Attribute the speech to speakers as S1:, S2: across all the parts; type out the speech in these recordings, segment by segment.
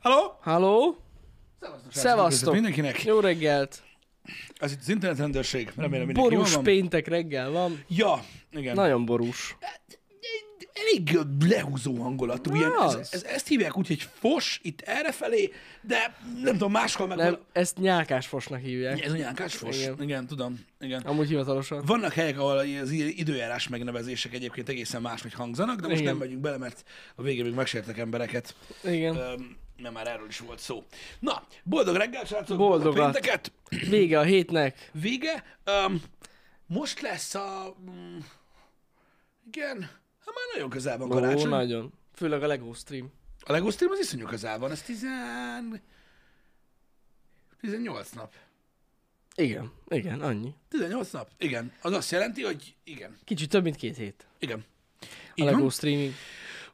S1: Halló?
S2: Halló?
S1: Sziasztok
S2: Szevasztok!
S1: Mindenkinek.
S2: Jó reggelt!
S1: Ez itt az internet rendőrség. Remélem mindenki jól
S2: Borús
S1: van.
S2: péntek reggel van.
S1: Ja, igen.
S2: Nagyon borús.
S1: Hát Elég lehúzó hangulatú. Ilyen, ez,
S2: az.
S1: ez, ezt hívják úgy, hogy fos itt errefelé, de nem tudom, máshol meg...
S2: Nem, ezt nyákás fosnak hívják.
S1: Ez anyánkás fos. Igen.
S2: Igen.
S1: igen, tudom. Igen.
S2: Amúgy hivatalosan.
S1: Vannak helyek, ahol az i- időjárás megnevezések egyébként egészen máshogy hangzanak, de most
S2: Igen.
S1: nem megyünk bele, mert a végén még megsértek embereket.
S2: Igen.
S1: Öm, mert már erről is volt szó. Na, boldog reggel, srácok!
S2: Boldogat.
S1: pénteket!
S2: Vége a hétnek.
S1: Vége. Um, most lesz a... mm, Igen, hát már nagyon közel van
S2: Ó,
S1: karácsony.
S2: nagyon. Főleg a LEGO stream.
S1: A LEGO stream az iszonyú közel van, ez 10... 18 nap.
S2: Igen, igen, annyi.
S1: 18 nap? Igen. Az azt jelenti, hogy igen.
S2: Kicsit több, mint két hét.
S1: Igen.
S2: A
S1: Így
S2: LEGO
S1: van.
S2: streaming.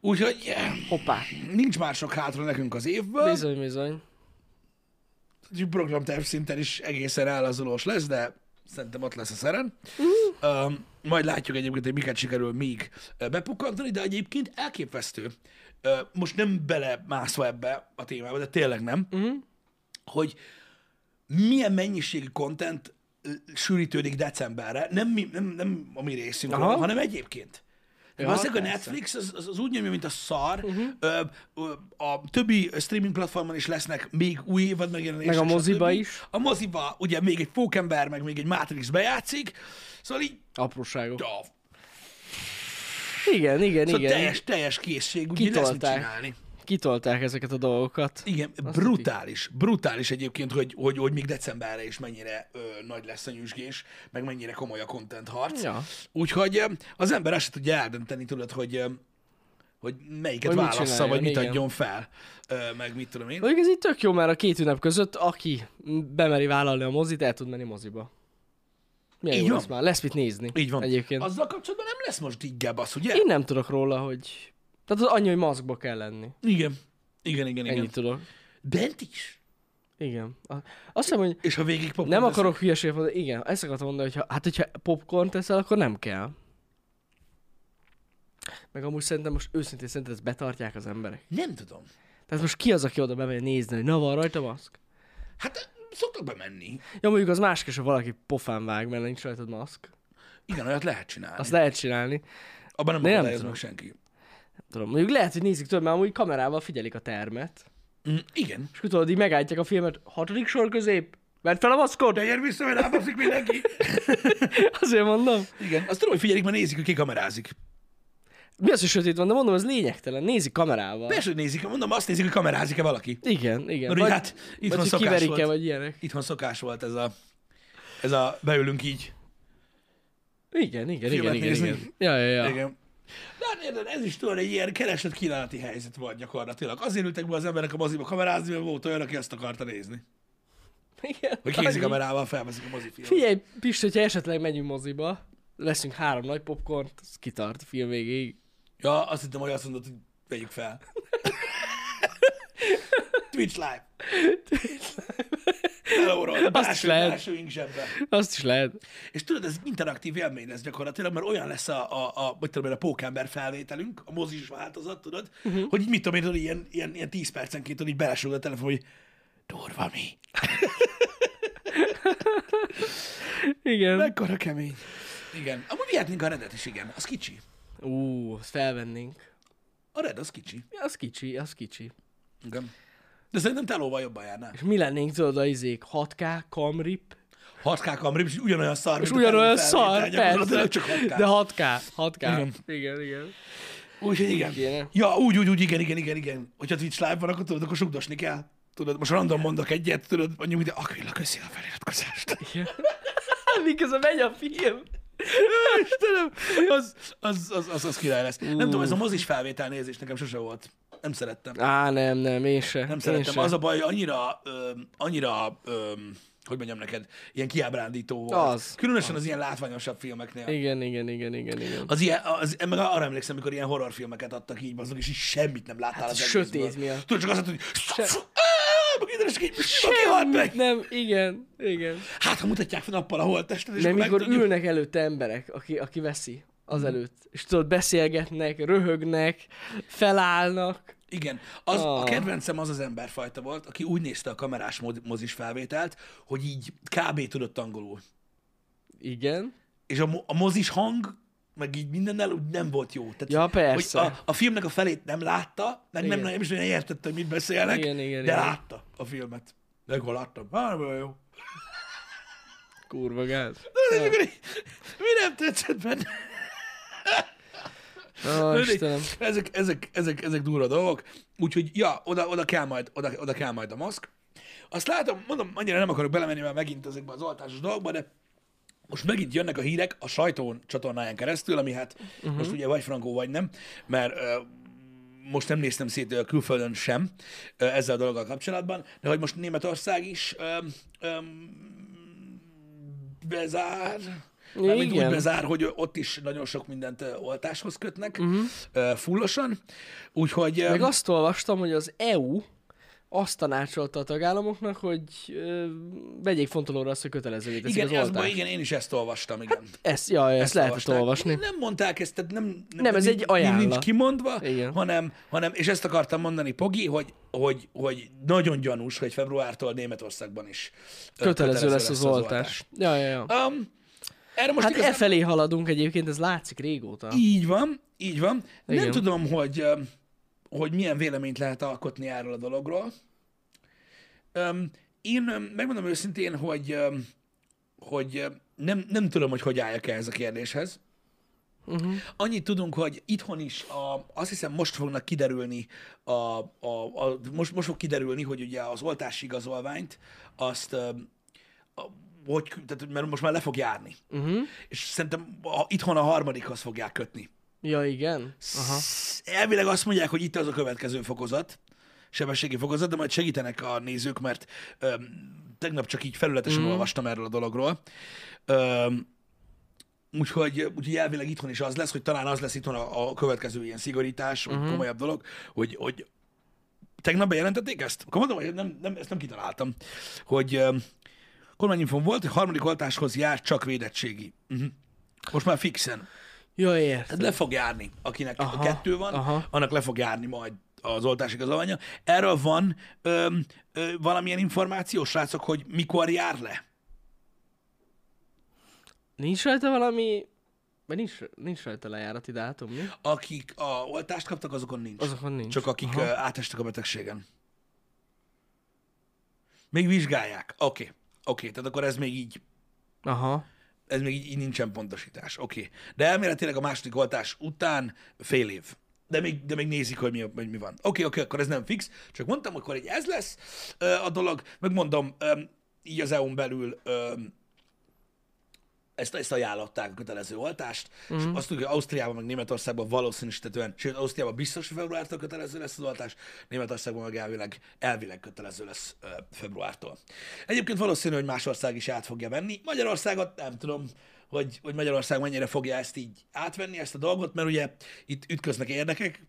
S1: Úgyhogy eh,
S2: Hoppá.
S1: nincs már sok hátra nekünk az évből.
S2: Bizony, bizony.
S1: Úgyhogy programterv szinten is egészen állazolós lesz, de szerintem ott lesz a szeren. Um, majd látjuk egyébként, hogy miket sikerül még ö, bepukkantani, de egyébként elképesztő. Ö, most nem belemászva ebbe a témába, de tényleg nem,
S2: Mhm.
S1: hogy milyen mennyiségű kontent sűrítődik decemberre, nem, mi, nem, nem a mi részünkről,
S2: Aha.
S1: hanem egyébként.
S2: Ja,
S1: Ja, a
S2: persze. Mhm.
S1: Netflix az, az, az úgy nyomja, mint a szar. Uh-huh. Ö, ö, a többi streaming platformon is lesznek még új évad megjelenések.
S2: Meg a moziba
S1: stb.
S2: is.
S1: A moziba ugye még egy pókember, meg még egy Matrix bejátszik. Szóval így
S2: Apróságok.
S1: ja,
S2: Igen, igen,
S1: szóval
S2: igen.
S1: teljes, teljes készség, úgyhogy lesz mit
S2: Kitolták.
S1: csinálni.
S2: Kitolták ezeket a dolgokat.
S1: Igen, brutális. Brutális egyébként, hogy, hogy, hogy még decemberre is mennyire ö, nagy lesz a nyüzsgés, meg mennyire komoly a content harc.
S2: Ja.
S1: Úgyhogy ö, az ember azt se tudja eldönteni, tudod, hogy ö, hogy melyiket
S2: Hogy mit
S1: válassza,
S2: csináljon,
S1: vagy mit
S2: igen.
S1: adjon fel, ö, meg mit tudom én.
S2: Mondjuk ez így tök jó, mert a két ünnep között, aki bemeri vállalni a mozit, el tud menni moziba. Milyen
S1: Így
S2: jó
S1: van.
S2: lesz már, lesz mit nézni.
S1: Így van.
S2: Egyébként. Az...
S1: Azzal kapcsolatban nem lesz most inkább az, ugye?
S2: Én nem tudok róla, hogy... Tehát az annyi, hogy maszkba kell lenni. Igen.
S1: Igen. Igen, igen, igen.
S2: Ennyit tudok.
S1: Bent is.
S2: Igen. A- Azt hiszem, hogy
S1: És ha végig popcorn
S2: nem
S1: teszek-
S2: akarok hülyeséget mondani. Igen, ezt akartam mondani, hogy ha, hát hogyha popcorn teszel, akkor nem kell. Meg amúgy szerintem most őszintén szerintem ezt betartják az emberek.
S1: Nem tudom.
S2: Tehát most ki az, aki oda bemegy nézni, hogy na van rajta maszk?
S1: Hát szoktak bemenni.
S2: Ja, mondjuk az más kérdés, ha valaki pofán vág, mert nincs rajtad maszk.
S1: Igen, olyat lehet csinálni.
S2: Azt lehet csinálni.
S1: Abban nem
S2: nem
S1: akadályoz
S2: tudom.
S1: meg senki.
S2: Tudom, mondjuk lehet, hogy nézik több, mert amúgy kamerával figyelik a termet.
S1: Mm, igen.
S2: És akkor tudod, így megállítják a filmet, hatodik sor közép, vedd fel a maszkot!
S1: De gyere vissza, mert rábaszik mindenki.
S2: Azért mondom.
S1: Igen, azt tudom, hogy figyelik, mert nézik, hogy ki kamerázik.
S2: Mi az, hogy sötét van, de mondom, ez lényegtelen, nézik kamerával.
S1: Persze, hogy nézik, mondom, azt nézik, hogy kamerázik-e valaki.
S2: Igen, igen.
S1: Mert ugye hát
S2: vagy
S1: itthon
S2: hogy
S1: szokás
S2: kiverik-e,
S1: volt.
S2: vagy ilyenek.
S1: Itthon szokás volt ez a, ez a beülünk így.
S2: Igen, igen, igen,
S1: Filmet
S2: igen,
S1: nézni.
S2: igen. Ja, ja, ja. Igen.
S1: Igen. De hát érted, ez is tudod, egy ilyen keresett kínálati helyzet volt gyakorlatilag. Azért ültek be az emberek a moziba kamerázni, mert volt olyan, aki azt akarta nézni.
S2: igen.
S1: Hogy
S2: annyi.
S1: kézikamerával felveszik a mozifilmet.
S2: Figyelj, Pisti, hogyha esetleg megyünk moziba, leszünk három nagy popcorn, az kitart a film végéig.
S1: Ja, azt hittem, hogy azt mondod, hogy vegyük fel. Twitch live. Elóról,
S2: Azt is lehet.
S1: belsőink zsebbe.
S2: Azt is lehet.
S1: És tudod, ez interaktív élmény lesz gyakorlatilag, mert olyan lesz a, a, a hogy tudom én, a pókember felvételünk, a mozis változat, tudod,
S2: Mhm.
S1: uh-huh. hogy így mit tudom én, tudod, ilyen, ilyen, ilyen 10 percenként tudod, így belesúgod a telefon, hogy durva mi.
S2: Igen. Meg...
S1: Mekkora kemény. Igen. Amúgy vihetnénk a redet is, igen. Az kicsi.
S2: Ú, azt felvennénk.
S1: A red az kicsi.
S2: Ja, Az kicsi, az kicsi.
S1: Igen. De szerintem telóval jobban járnál.
S2: És mi lennénk, tudod, a izék 6K, kamrip,
S1: Hatkák amrib, és ugyanolyan szar,
S2: és
S1: mint a
S2: ugyanolyan
S1: teló felvétel,
S2: szar,
S1: gyakorlatilag
S2: persze,
S1: Csak hatkák.
S2: de 6K, 6K.
S1: Igen.
S2: Igen, igen. igen.
S1: Úgyhogy igen.
S2: Kéne.
S1: Ja, úgy, úgy, úgy, igen, igen, igen, igen. Hogyha Twitch live van, akkor tudod, akkor sugdosni kell. Tudod, most random mondok egyet, tudod, mondjuk, hogy Aquila, köszi a feliratkozást.
S2: Hát, Miközben megy a film.
S1: Istenem, az, az, az, az, az király lesz. Nem tudom, ez a mozis felvétel nézés nekem sose volt. Nem szerettem.
S2: Á, nem, nem, én se.
S1: Nem szerettem. Az a baj, annyira, öm, annyira, öm, hogy mondjam neked, ilyen kiábrándító volt.
S2: Az.
S1: Különösen az, ilyen látványosabb filmeknél.
S2: Igen, igen, igen, igen, igen.
S1: Az ilyen, az, meg arra emlékszem, amikor ilyen horrorfilmeket adtak így, azok, és így semmit nem láttál hát az
S2: a
S1: egészből.
S2: sötét miatt.
S1: Tudod, csak azt mondod, hogy... Áááá, Meg minden csak így, sima kihalt meg.
S2: Nem, igen, igen.
S1: Hát, ha mutatják fel nappal a holttestet, és
S2: Mert
S1: akkor
S2: mikor
S1: megtudjuk.
S2: ülnek előtte emberek, aki, aki veszi az előtt, és tudod, beszélgetnek, röhögnek, felállnak.
S1: Igen. Az, oh. A
S2: Ah.
S1: kedvencem az az emberfajta volt, aki úgy nézte a kamerás mo- mozis felvételt, hogy így kb. tudott angolul.
S2: Igen.
S1: És a, mo- a mozis hang, meg így mindennel úgy nem volt jó. Tehát,
S2: Ja, persze.
S1: Hogy a, a filmnek a felét nem látta, meg nem,
S2: Igen.
S1: nem is olyan értette, hogy mit beszélnek,
S2: Igen, igen,
S1: de
S2: igen.
S1: látta a filmet. De akkor láttam. Hát, nem olyan jó.
S2: Kurva gáz.
S1: De amikor így- Mi nem tetszett benne?
S2: Ó,
S1: Tudod, így-
S2: Istenem.
S1: Ezek, ezek, ezek, ezek durva dolgok. Úgyhogy, ja, oda, oda, kell majd, oda, oda kell majd a maszk. Azt látom, mondom, annyira nem akarok belemenni már megint ezekbe az oltásos dolgokba, de most megint jönnek a hírek a sajtón csatornáján keresztül, ami hát
S2: Mhm.
S1: uh-huh. most ugye vagy frankó, vagy nem, mert ö, most nem néztem szét ö, külföldön sem ö, ezzel a dologgal kapcsolatban, de hogy most Németország is ö, ö, bezár, mármint úgy
S2: Igen.
S1: bezár, hogy ott is nagyon sok mindent ö, oltáshoz kötnek uh-huh. fullosan, úgyhogy... ö,
S2: Mhm. Meg azt olvastam, hogy az EU azt tanácsolta a tagállamoknak, hogy ö, vegyék fontolóra azt, hogy kötelezővé teszik
S1: igen,
S2: az
S1: az,
S2: oltást.
S1: igen, én is ezt olvastam, igen.
S2: Ezt, ja, ezt, ezt lehetett
S1: Hát, olvasták.
S2: olvasni.
S1: Nem mondták ezt, tehát nem,
S2: Nem, ez
S1: nincs-
S2: egy ajánlat.
S1: Nincs kimondva,
S2: Igen.
S1: hanem, hanem, és ezt akartam mondani, Pogi, hogy, hogy, hogy nagyon gyanús, hogy februártól Németországban is ö,
S2: Kötelező lesz az oltás. Ja, ja, ja.
S1: oltás. Um, erre most
S2: Hát
S1: igazán
S2: e felé haladunk egyébként, ez látszik régóta.
S1: így van, így van. Igen. Nem
S2: Igen.
S1: tudom, hogy, ö, hogy milyen véleményt lehet alkotni erről a dologról. Öm, én öm, megmondom őszintén, hogy, öm, hogy öm, nem, nem tudom, hogy hogy álljak ehhez a kérdéshez.
S2: Uh-huh.
S1: Annyit tudunk, hogy itthon is, a, azt hiszem most fognak kiderülni, a, a, a, most, most fog kiderülni, hogy ugye az oltási igazolványt, azt, öm, a, hogy, tehát, mert most már le fog járni.
S2: Uh-huh.
S1: És szerintem a, itthon a harmadikhoz fogják kötni.
S2: Ja, igen. Aha.
S1: Elvileg azt mondják, hogy itt az a következő fokozat, sebességi fokozat, de majd segítenek a nézők, mert öm, tegnap csak így felületesen mm. olvastam erről a dologról. Öm, úgyhogy, úgyhogy elvileg itthon is az lesz, hogy talán az lesz itthon a, a következő ilyen szigorítás, vagy komolyabb dolog, hogy, hogy tegnap bejelentették ezt? Akkor mondom, hogy nem, nem, ezt nem kitaláltam, hogy öm, kormányinfon volt, hogy harmadik oltáshoz jár csak védettségi. Uh-huh. Most már fixen.
S2: Ja, értem.
S1: Tehát le fog járni, akinek aha,
S2: Aha,
S1: kettő van, aha.
S2: aha.
S1: annak le fog járni majd az oltás igazolványa. Erről van ö, ö, valamilyen információ, srácok, hogy mikor jár le?
S2: Nincs rajta valami... Vagy nincs, nincs rajta lejárati dátum, mi?
S1: Akik a oltást kaptak, azokon nincs.
S2: Azokon nincs.
S1: Csak akik ö, átestek a betegségen. Még vizsgálják. Oké, okay. oké, okay. tehát akkor ez még így
S2: Aha.
S1: ez még így, így nincsen pontosítás. Oké. Okay. De elméletileg a második oltás után fél év. De még, de még nézik, hogy mi, hogy mi van. Oké, okay, oké, okay, akkor ez nem fix. Csak mondtam, akkor egy ez lesz ö, a dolog. Megmondom, ö, így az EU-n belül ö, ezt, ezt ajánlották a kötelező oltást, mm-hmm. és azt tudjuk, hogy Ausztriában, meg Németországban valószínűsítetően, sőt, Ausztriában biztos, hogy februártól kötelező lesz az oltás, Németországban meg elvileg, elvileg kötelező lesz ö, februártól. Egyébként valószínű, hogy más ország is át fogja venni. Magyarországot nem tudom, hogy, hogy Magyarország mennyire fogja ezt így átvenni, ezt a dolgot, mert ugye itt ütköznek érdekek,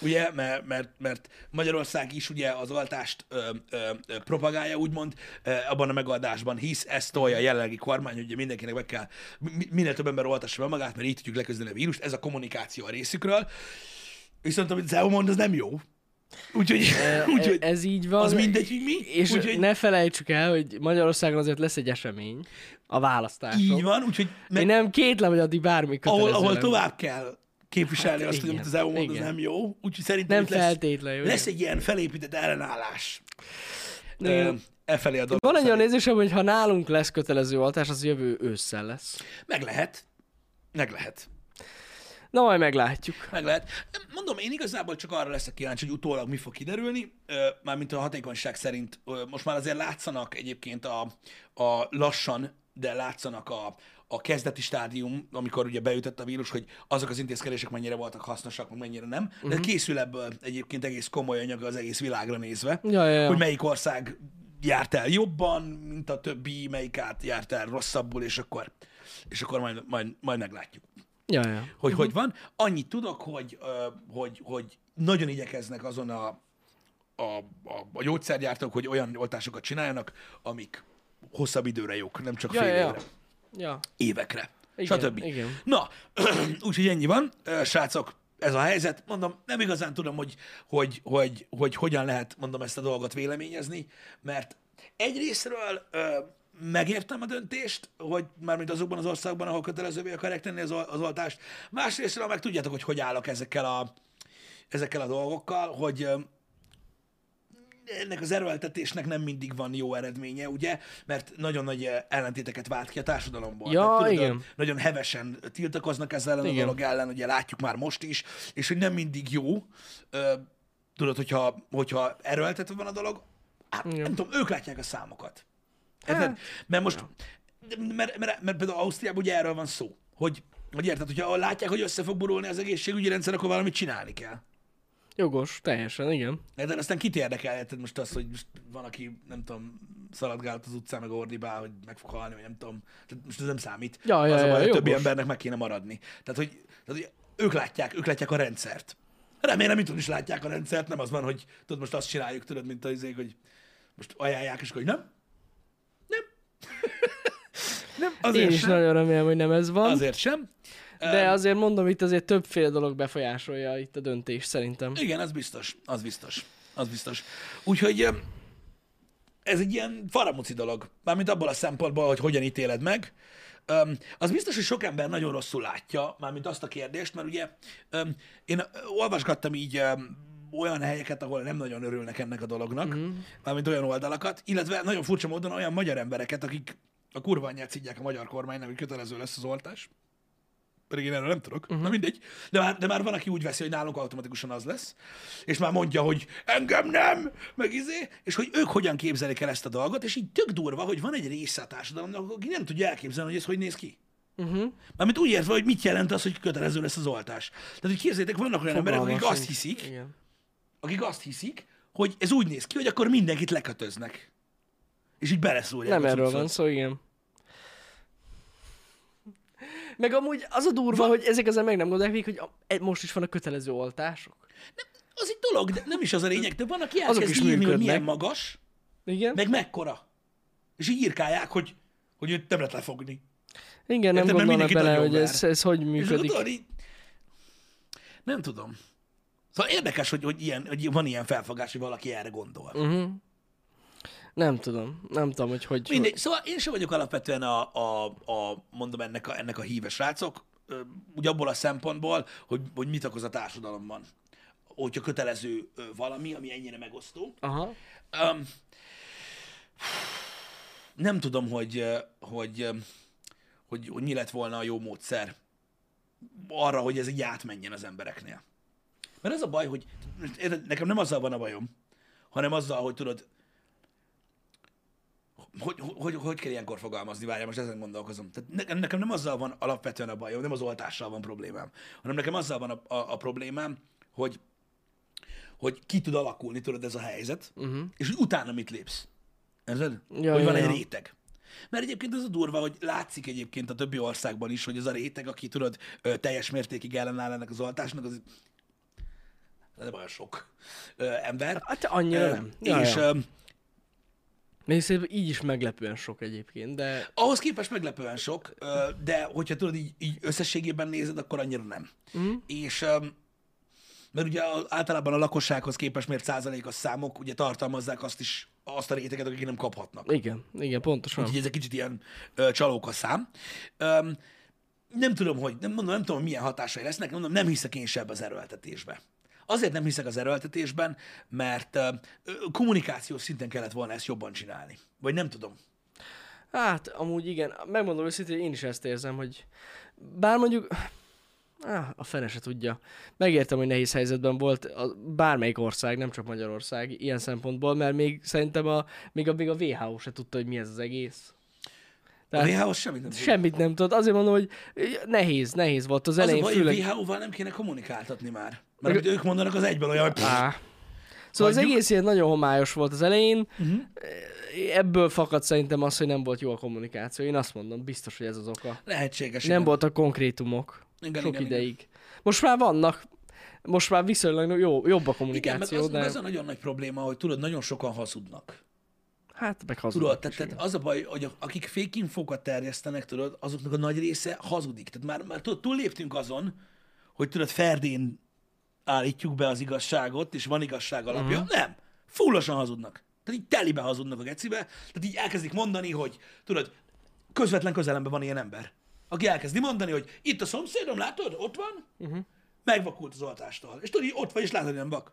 S1: Ugye, mert, mert, mert Magyarország is ugye az oltást ö, ö, ö, propagálja, úgymond, ö, abban a megoldásban hisz, ezt tolja a jelenlegi kormány, hogy ugye mindenkinek meg kell, mi- minél több ember oltassa be magát, mert így tudjuk leküzdeni a vírust, ez a kommunikáció a részükről. Viszont amit az EU mond, az nem jó. Úgyhogy,
S2: Úgyhogy
S1: úgyhogy
S2: E, ez így van.
S1: E, az mindegy, hogy mi.
S2: És
S1: úgyhogy
S2: ne felejtsük el, hogy Magyarországon azért lesz egy esemény, a választások.
S1: így van, úgyhogy
S2: Én nem kétlem, hogy addig bármi kötelező
S1: ahol, ahol
S2: lenne.
S1: tovább kell képviselni
S2: Hát
S1: azt, hogy
S2: igen,
S1: amit az EU mond, az
S2: igen.
S1: nem jó. Úgyhogy szerintem
S2: Nem
S1: itt lesz,
S2: feltétlenül.
S1: lesz egy ilyen felépített ellenállás.
S2: Igen.
S1: Ö, E felé a dolog.
S2: Van egy
S1: felé.
S2: olyan nézésem, hogy ha nálunk lesz kötelező oltás, az jövő ősszel lesz.
S1: Meg lehet. Meg lehet.
S2: Na majd meglátjuk.
S1: Meg lehet. Mondom, én igazából csak arra leszek kíváncsi, hogy utólag mi fog kiderülni. Ö, Mármint a hatékonyság szerint ö, most már azért látszanak egyébként a, a lassan, de látszanak a, a kezdeti stádium, amikor ugye beütött a vírus, hogy azok az intézkedések mennyire voltak hasznosak, meg mennyire nem. De
S2: Mhm.
S1: készül ebből egyébként egész komoly anyag az egész világra nézve,
S2: Ja, ja, ja.
S1: hogy melyik ország járt el jobban, mint a többi, melyik át járt el rosszabbul, és akkor, és akkor majd, majd, majd meglátjuk
S2: Ja, ja.
S1: hogy hogy van. Annyit tudok, hogy, ö, hogy, hogy nagyon igyekeznek azon a, a, a, a gyógyszergyártók, hogy olyan oltásokat csináljanak, amik hosszabb időre jók, nem csak
S2: Ja, ja,
S1: fél
S2: ja.
S1: évre,
S2: ja.
S1: évekre,
S2: Igen,
S1: stb.
S2: igen.
S1: Na, úgyhogy ennyi van. Ö, Srácok, ez a helyzet. Mondom, nem igazán tudom, hogy, hogy, hogy, hogy hogyan lehet, mondom, ezt a dolgot véleményezni, mert egyrésztről ö, megértem a döntést, hogy mármint azokban az országban, ahol kötelezővé akarják tenni az, ol- az oltást. Másrésztről meg tudjátok, hogy hogy állok ezekkel a, ezekkel a dolgokkal, hogy ö, ennek az erőltetésnek nem mindig van jó eredménye, ugye? Mert nagyon nagy ö, ellentéteket vált ki a társadalomból.
S2: Ja,
S1: Tehát, tudod,
S2: igen.
S1: ö, nagyon hevesen tiltakoznak ezzel ellen a
S2: Igen.
S1: dolog ellen, ugye látjuk már most is, és hogy nem mindig jó, ö, tudod, hogyha, hogyha erőltetve van a dolog, hát,
S2: Igen. Hát.
S1: nem tudom, ők látják a számokat. Érted? Mert most, mert, mert, mert például Ausztriában ugye erről van szó, hogy, hogy érted, hogyha látják, hogy össze fog borulni az egészségügyi rendszer, akkor valamit csinálni kell.
S2: Jogos, teljesen, igen.
S1: De aztán kit érdekel, érted most az, hogy most van, aki, nem tudom, szaladgált az utcán, meg ordibál, hogy meg fog halni, vagy nem tudom. Tehát most ez nem számít.
S2: Ja, ja,
S1: az a
S2: ja,
S1: baj, hogy
S2: jogos.
S1: többi embernek meg kéne maradni. Tehát, hogy, tehát, hogy ők látják, ők látják a rendszert. Remélem, itthon is látják a rendszert, nem az van, hogy tudod, most azt csináljuk, tudod, mint az izék, hogy most ajánlják, és akkor, hogy nem. Nem. nem, azért
S2: Én is
S1: sem.
S2: nagyon remélem, hogy nem ez van.
S1: Azért sem.
S2: De azért mondom, itt azért többféle dolog befolyásolja itt a döntés szerintem.
S1: Igen, az biztos, az biztos, az biztos. Úgyhogy em, ez egy ilyen faramuci dolog, mármint abból a szempontból, hogy hogyan ítéled meg. Öm, az biztos, hogy sok ember nagyon rosszul látja, mármint azt a kérdést, mert ugye öm, én ö, olvasgattam így öm, olyan helyeket, ahol nem nagyon örülnek ennek a dolognak, mm-hmm. mármint olyan oldalakat, illetve nagyon furcsa módon olyan magyar embereket, akik a kurva anyját szidják a magyar kormánynak, hogy kötelező lesz az oltás pedig én erről nem tudok, uh-huh.
S2: Mhm.
S1: na mindegy. De már, de már van, aki úgy veszi, hogy nálunk automatikusan az lesz, és már mondja, hogy engem nem, meg izé, és hogy ők hogyan képzelik el ezt a dolgot, és így tök durva, hogy van egy része a társadalomnak, aki nem tudja elképzelni, hogy ez hogy néz ki.
S2: Uh-huh.
S1: Mármint úgy értve, hogy mit jelent az, hogy kötelező lesz az oltás. Tehát, hogy képzeljétek, vannak olyan emberek, akik
S2: Fogalmas
S1: azt
S2: sincs.
S1: hiszik,
S2: Igen.
S1: akik azt hiszik, hogy ez úgy néz ki, hogy akkor mindenkit lekötöznek. És így beleszúrják.
S2: Nem
S1: a
S2: erről
S1: cuccot.
S2: van szó, igen. Meg amúgy az a durva, hogy ezek ezen meg nem gondolják, végig, hogy a, e- most is vannak kötelező oltások.
S1: Az egy dolog, de nem is az a lényeg, de van, aki
S2: Azok
S1: elkezd
S2: is
S1: írni, hogy
S2: működnek.
S1: milyen magas,
S2: Igen?
S1: meg mekkora. És így írkálják, hogy, hogy őt nem lehet lefogni.
S2: igen, nem
S1: Érted, mert
S2: gondolnak
S1: mindenki
S2: bele,
S1: nagyon
S2: hogy ez, ez hogy működik.
S1: És akkor tudod, így... Nem tudom. Szóval érdekes, hogy, hogy, ilyen, hogy van ilyen felfogás, hogy valaki erre gondol.
S2: Uh-huh. Nem tudom, nem tudom, hogy hogy...
S1: Mindegy. Szóval én sem vagyok alapvetően a, a, a mondom, ennek a, ennek a híves rácok, ö, úgy abból a szempontból, hogy, hogy mit okoz a társadalomban. Hogyha kötelező ö, valami, ami ennyire megosztó.
S2: Aha.
S1: Um, nem tudom, hogy, eh, hogy, eh, hogy, hogy mi lett volna a jó módszer arra, hogy ez így átmenjen az embereknél. Mert az a baj, hogy érted, nekem nem azzal van a bajom, hanem azzal, hogy tudod, hogy, hogy, hogy, hogy kell ilyenkor fogalmazni, várjál, most ezen gondolkozom. Tehát nekem, nekem nem azzal van alapvetően a bajom, nem az oltással van problémám, hanem nekem azzal van a, a, a problémám, hogy hogy ki tud alakulni, tudod, ez a helyzet, uh-huh. és hogy utána mit lépsz. Érted?
S2: Mhm. Ja,
S1: hogy van
S2: ja,
S1: egy
S2: ja.
S1: réteg. Mert egyébként az a durva, hogy látszik egyébként a többi országban is, hogy ez a réteg, aki tudod, ö, teljes mértékig ellenáll ennek az oltásnak, az nem olyan sok ö, ember.
S2: Hát annyira
S1: Ö,
S2: nem. Ja,
S1: és
S2: ja.
S1: ja.
S2: Még szép, így is meglepően sok egyébként, de
S1: ahhoz képest meglepően sok, ö, de hogyha tudod, így, így összességében nézed, akkor annyira nem. Mm. És öm, mert ugye a- általában a lakossághoz képest mért százalékos számok, ugye tartalmazzák azt is, azt a réteget, akik nem kaphatnak.
S2: igen, igen, pontosan.
S1: Úgyhogy ez egy kicsit ilyen ö, csalók a szám. Öm, nem tudom, hogy nem, mondom, nem tudom, milyen hatásai lesznek, mondom, nem hiszek én se ebbe az erőltetésbe. Azért nem hiszek az erőltetésben, mert ö, ö, kommunikációs szinten kellett volna ezt jobban csinálni. Vagy nem tudom.
S2: Hát, amúgy igen, megmondom őszintén, hogy én is ezt érzem, hogy bár mondjuk, áh, a fene se tudja. Megértem, hogy nehéz helyzetben volt a, bármelyik ország, nem csak Magyarország, ilyen szempontból, mert még szerintem a, még a, még a WHO se tudta, hogy mi ez az egész.
S1: A
S2: Tehát-
S1: WHO semmit nem tud.
S2: Semmit nem tudott. Azért mondom, hogy nehéz, nehéz volt az
S1: Az a
S2: elején,
S1: baj,
S2: főleg...
S1: hogy WHO-val nem kéne kommunikáltatni már. Mert amit ők mondanak, az egyben olyan, hogy pff,
S2: Á. Szóval az
S1: Hagyjuk. Mhm.
S2: egész ilyen nagyon homályos volt az elején. Uh-huh. Ebből fakad szerintem az, hogy nem volt jó a kommunikáció. Én azt mondom, biztos, hogy ez az oka.
S1: lehetséges.
S2: Nem voltak konkrétumok
S1: Igen,
S2: igen, sok
S1: igen,
S2: igen,
S1: igen.
S2: ideig. Igen. Most már vannak, most már viszonylag jó, jobb a
S1: Igen, meg
S2: kommunikáció,
S1: az,
S2: igen, de
S1: az a nagyon nagy probléma, hogy tudod, nagyon sokan hazudnak.
S2: hát meg
S1: Tudod,
S2: hazudnak
S1: tehát,
S2: is,
S1: tehát
S2: igen.
S1: az a baj, hogy a- akik fake infókat terjesztenek, tudod, azoknak a nagy része hazudik. Tehát már, már tudod, túlléptünk azon, hogy tudod, Ferdén állítjuk be az igazságot, és van igazság alapja.
S2: Mhm.
S1: Uh-huh. Nem. Fullosan hazudnak. Tehát így telibe hazudnak a gecibe. Tehát így elkezdik mondani, hogy tudod, közvetlen közelemben van ilyen ember. Aki elkezdi mondani, hogy itt a szomszédom, látod, ott van, uh-huh. megvakult az oltástól. És tudod, így ott vagy, és látod, hogy nem vak.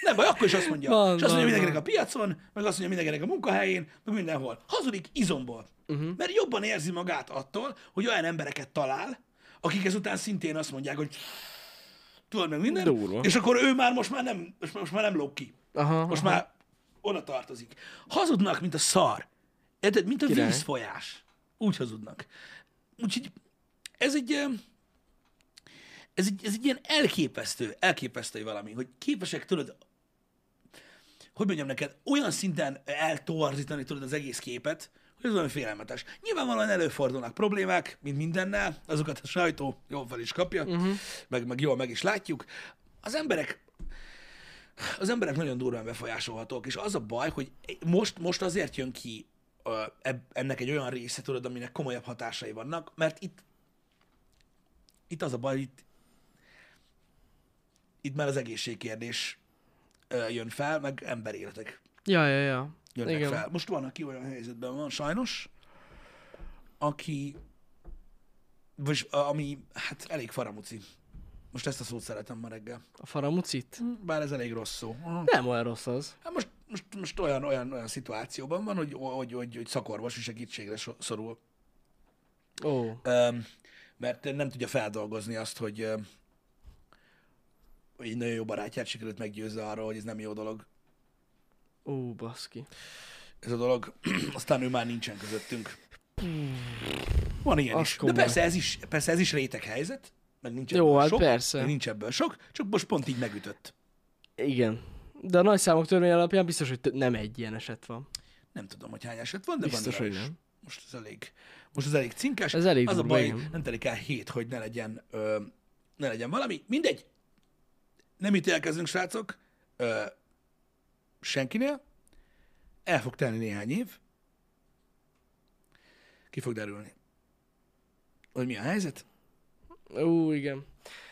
S1: Nem baj, akkor is azt mondja.
S2: Van,
S1: Van, és azt
S2: van,
S1: mondja
S2: van.
S1: mindenkinek a piacon, meg azt mondja mindenkinek a munkahelyén, meg mindenhol. Hazudik izomból. Uh-huh. Mert jobban érzi magát attól, hogy olyan embereket talál, akik ezután szintén azt mondják, hogy tudod meg minden,
S2: Durva.
S1: és akkor ő már most már nem, most, most már nem lóg ki.
S2: Aha,
S1: Most már oda tartozik. Hazudnak, mint a szar. Érted? Mint a
S2: Király.
S1: vízfolyás. Úgy hazudnak. Úgyhogy ez egy, ö, ez egy, ez egy ilyen elképesztő, elképesztő valami, hogy képesek, tudod, hogy mondjam neked, olyan szinten eltorzítani tudod az egész képet, hogy ez olyan félelmetes. Nyilvánvalóan előfordulnak problémák, mint mindennel, azokat a sajtó jól fel is kapja,
S2: Mhm.
S1: uh-huh. meg, meg jól meg is látjuk. Az emberek az emberek nagyon durván befolyásolhatók, és az a baj, hogy most, most azért jön ki ö, eb- ennek egy olyan része, tudod, aminek komolyabb hatásai vannak, mert itt itt az a baj, itt, itt már az egészségkérdés ö, jön fel, meg emberéletek
S2: Ja, ja, ja.
S1: jönnek
S2: Igen.
S1: Igen. fel. Most van, aki olyan helyzetben van, sajnos, aki, vagyis a- ami, hát elég faramuci. Most ezt a szót szeretem ma reggel.
S2: A faramucit?
S1: Bár ez elég rossz szó.
S2: Nem olyan rossz az.
S1: Hát most, most, most olyan, olyan, olyan szituációban van, hogy, hogy, hogy, hogy szakorvosi segítségre so- szorul.
S2: Ó,
S1: Öm, mert nem tudja feldolgozni azt, hogy, öm, hogy egy nagyon jó barátját sikerült meggyőzze arról, hogy ez nem jó dolog,
S2: ó, baszki.
S1: ez a dolog. Aztán ő már nincsen közöttünk. Van ilyen
S2: Az
S1: is.
S2: komoly.
S1: De persze ez is, persze ez is réteg helyzet, meg nincs
S2: Jó,
S1: ebből
S2: hát
S1: sok,
S2: persze.
S1: meg nincs ebből sok, csak most pont így megütött.
S2: Igen. De a nagy számok törvény alapján biztos, hogy t- nem egy ilyen eset van.
S1: Nem tudom, hogy hány eset van, de
S2: Biztos,
S1: van
S2: hogy
S1: olyan is.
S2: nem.
S1: Most ez elég, most ez elég cinkás.
S2: Ez elég
S1: az a
S2: durva,
S1: baj,
S2: igen.
S1: nem telik el hét, hogy ne legyen, ö, ne legyen valami. Mindegy. Nem ítélkezünk, srácok. Ö, senkinél. El fog telni néhány év. Ki fog derülni. Hogy mi a helyzet?
S2: Ú, igen.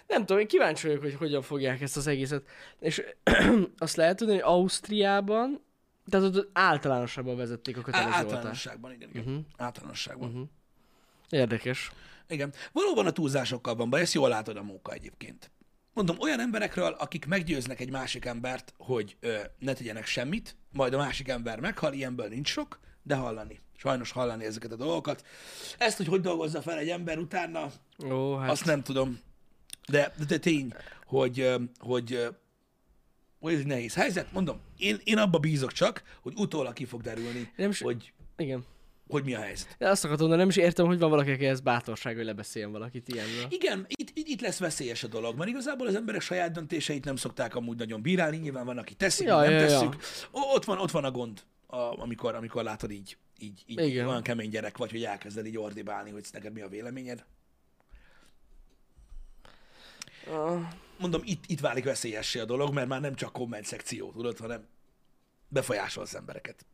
S2: Nem tudom, én kíváncsi vagyok, hogy hogyan fogják ezt az egészet. És azt lehet tudni, hogy Ausztriában, tehát ott általánosabban vezették a
S1: Á,
S2: kötelező Mhm. oltást.
S1: általánosságban, igen. igen. Uh-huh. Általánosságban. Uh-huh.
S2: Érdekes.
S1: Igen. Valóban a túlzásokkal van baj, ezt jól látod a móka egyébként. Mondom, olyan emberekről, akik meggyőznek egy másik embert, hogy ö, ne tegyenek semmit, majd a másik ember meghal, ilyenből nincs sok, de hallani. Sajnos hallani ezeket a dolgokat. Ezt, hogy hogy dolgozza fel egy ember utána,
S2: Ó, hát
S1: azt nem tudom. De, de, de tény, hogy, ö, hogy, ö, hogy ez egy nehéz helyzet. Mondom, én, én abba bízok csak, hogy utólag ki fog derülni,
S2: Nem is-
S1: hogy,
S2: igen.
S1: hogy mi a helyzet.
S2: De azt akartam mondani, nem is értem, hogy van valaki, aki ez bátorság, hogy lebeszéljen valakit ilyenről.
S1: Igen, itt, itt, itt lesz veszélyes a dolog, mert igazából az emberek saját döntéseit nem szokták amúgy nagyon bírálni, nyilván van, aki teszik,
S2: Ja,
S1: ja, nem
S2: ja, ja.
S1: ja, tesszük. O- Ott van, ott van a gond, a, amikor, amikor látod így, így, így
S2: Igen.
S1: olyan kemény gyerek vagy, hogy elkezded így ordibálni, hogy neked mi a véleményed.
S2: Ah.
S1: Mondom, itt, itt válik veszélyessé a dolog, mert már nem csak komment szekció, tudod, hanem befolyásol az embereket.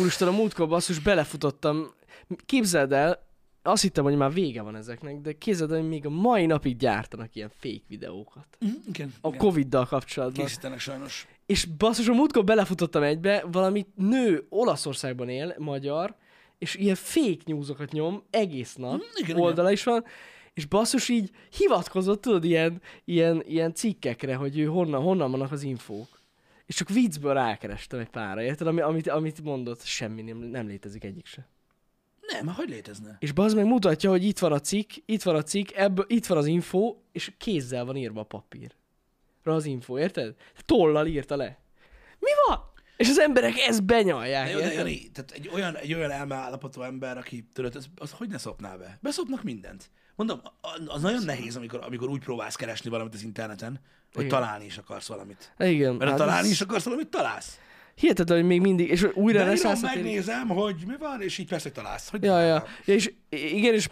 S2: Úristen, a múltkor basszus belefutottam. Képzeld el, azt hittem, hogy már vége van ezeknek, de képzeld el, hogy még a mai napig gyártanak ilyen fake videókat.
S1: Mhm, Igen,
S2: A
S1: igen.
S2: Covid-dal kapcsolatban.
S1: készítenek sajnos.
S2: És basszus, a múltkor belefutottam egybe, valami nő Olaszországban él, magyar, és ilyen fake newsokat nyom egész nap,
S1: Mm, igen,
S2: oldala is van, és basszus így hivatkozott, tudod, ilyen, ilyen, ilyen cikkekre, hogy ő honnan, honnan vannak az infók. És csak viccből rákerestem egy párra, érted? Ami, amit, amit mondott, semmi nem, nem létezik egyik se.
S1: Nem, hát hogy létezne?
S2: És bazd meg mutatja, hogy itt van a cikk, itt van a cikk, ebből, itt van az info, és kézzel van írva a papír. Ra az info, érted? Tollal írta le. Mi van? És az emberek ezt benyalják,
S1: Na Hát jó, de
S2: érted?
S1: Jani, tehát egy olyan, egy olyan elmeállapotú ember, aki tudod, az, az hogy ne szopná be? Beszopnak mindent. Mondom, a- az nagyon nehéz, amikor, amikor úgy próbálsz keresni valamit az interneten, hogy
S2: Igen.
S1: találni is akarsz valamit.
S2: Igen.
S1: Mert ha
S2: hát
S1: találni
S2: ez
S1: is akarsz valamit, találsz.
S2: Hihetetlen, hogy még mindig, és újra
S1: De
S2: lesz
S1: írom,
S2: átszatérni.
S1: megnézem, hogy mi van, és így persze, hogy találsz. Hogy
S2: Ja, ja. ja, és igen, és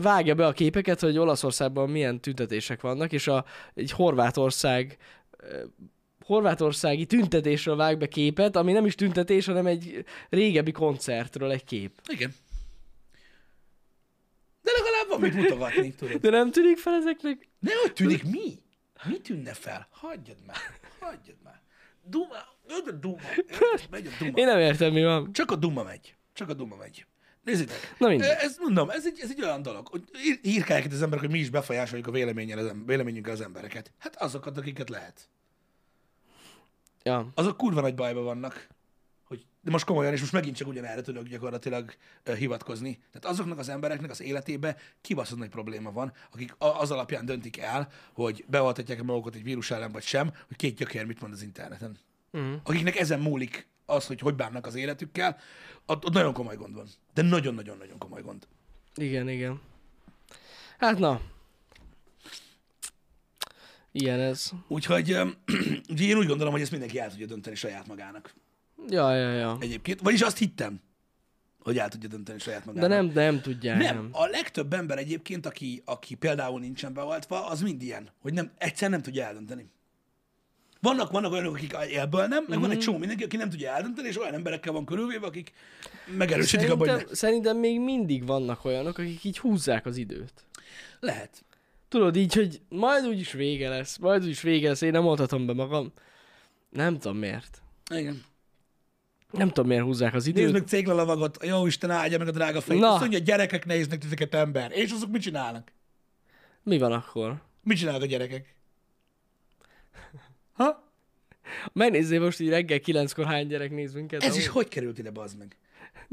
S2: vágja be a képeket, hogy Olaszországban milyen tüntetések vannak, és a, egy Horvátország eh, horvátországi tüntetésről vág be képet, ami nem is tüntetés, hanem egy régebbi koncertről egy kép.
S1: Igen. De legalább van mit mutogatni, tudod.
S2: De nem tűnik fel ezeknek?
S1: Nehogy tűnik mi? Mi tűnne fel? Hagyjad már, hagyjad már. Duma, megy a duma, megy a duma.
S2: Én nem értem, mi van.
S1: Csak a duma megy. Csak a duma megy. Nézzétek.
S2: Na mindegy.
S1: Ez, mondom, ez egy, ez egy olyan dolog, hogy ír- írkálják itt az emberek, hogy mi is befolyásoljuk a véleményel az em- véleményünkkel az embereket. Hát azokat, akiket lehet.
S2: Ja.
S1: Azok kurva nagy bajban vannak. Hogy, de most komolyan, és most megint csak ugyanerre tudok gyakorlatilag ö, hivatkozni. Tehát azoknak az embereknek az életébe kibaszott nagy probléma van, akik a, az alapján döntik el, hogy beoltatják-e magukat egy vírus ellen vagy sem, hogy két gyökér mit mond az interneten.
S2: Mhm.
S1: Uh-huh. Akiknek ezen múlik az, hogy hogy bánnak az életükkel, ott, ott nagyon komoly gond van. De nagyon-nagyon-nagyon komoly gond.
S2: Igen, igen. Hát na. Ilyen ez.
S1: Úgyhogy öm, ugye én úgy gondolom, hogy ezt mindenki el tudja dönteni saját magának.
S2: Ja, ja, ja.
S1: Egyébként, vagyis azt hittem, hogy el tudja dönteni saját
S2: De
S1: magának.
S2: nem, nem tudják.
S1: Nem, a legtöbb ember egyébként, aki, aki például nincsen beoltva, az mind ilyen, hogy nem, egyszer nem tudja eldönteni. Vannak, vannak olyanok, akik ebből nem, meg mm-hmm.
S2: Mhm.
S1: van egy csomó mindenki, aki nem tudja eldönteni, és olyan emberekkel van körülvéve, akik megerősítik abban, hogy
S2: Szerintem,
S1: nem.
S2: szerintem még mindig vannak olyanok, akik így húzzák az időt.
S1: Lehet.
S2: Tudod, így, hogy majd úgyis vége lesz, majd úgyis vége lesz, én nem oltatom be magam. Nem tudom miért.
S1: Igen.
S2: Nem tudom miért húzzák az
S1: Nézd
S2: időt.
S1: meg céglalavagot, jó Isten áldja meg a drága fejét.
S2: Na.
S1: Azt mondja, gyerekek nehéznek titeket ember. És azok mit csinálnak?
S2: Mi van akkor?
S1: Mit csinálnak a gyerekek? Ha?
S2: Megnézzél most így reggel kilenckor hány gyerek néz minket.
S1: Ez is
S2: amúgy.
S1: hogy került ide, bazd meg?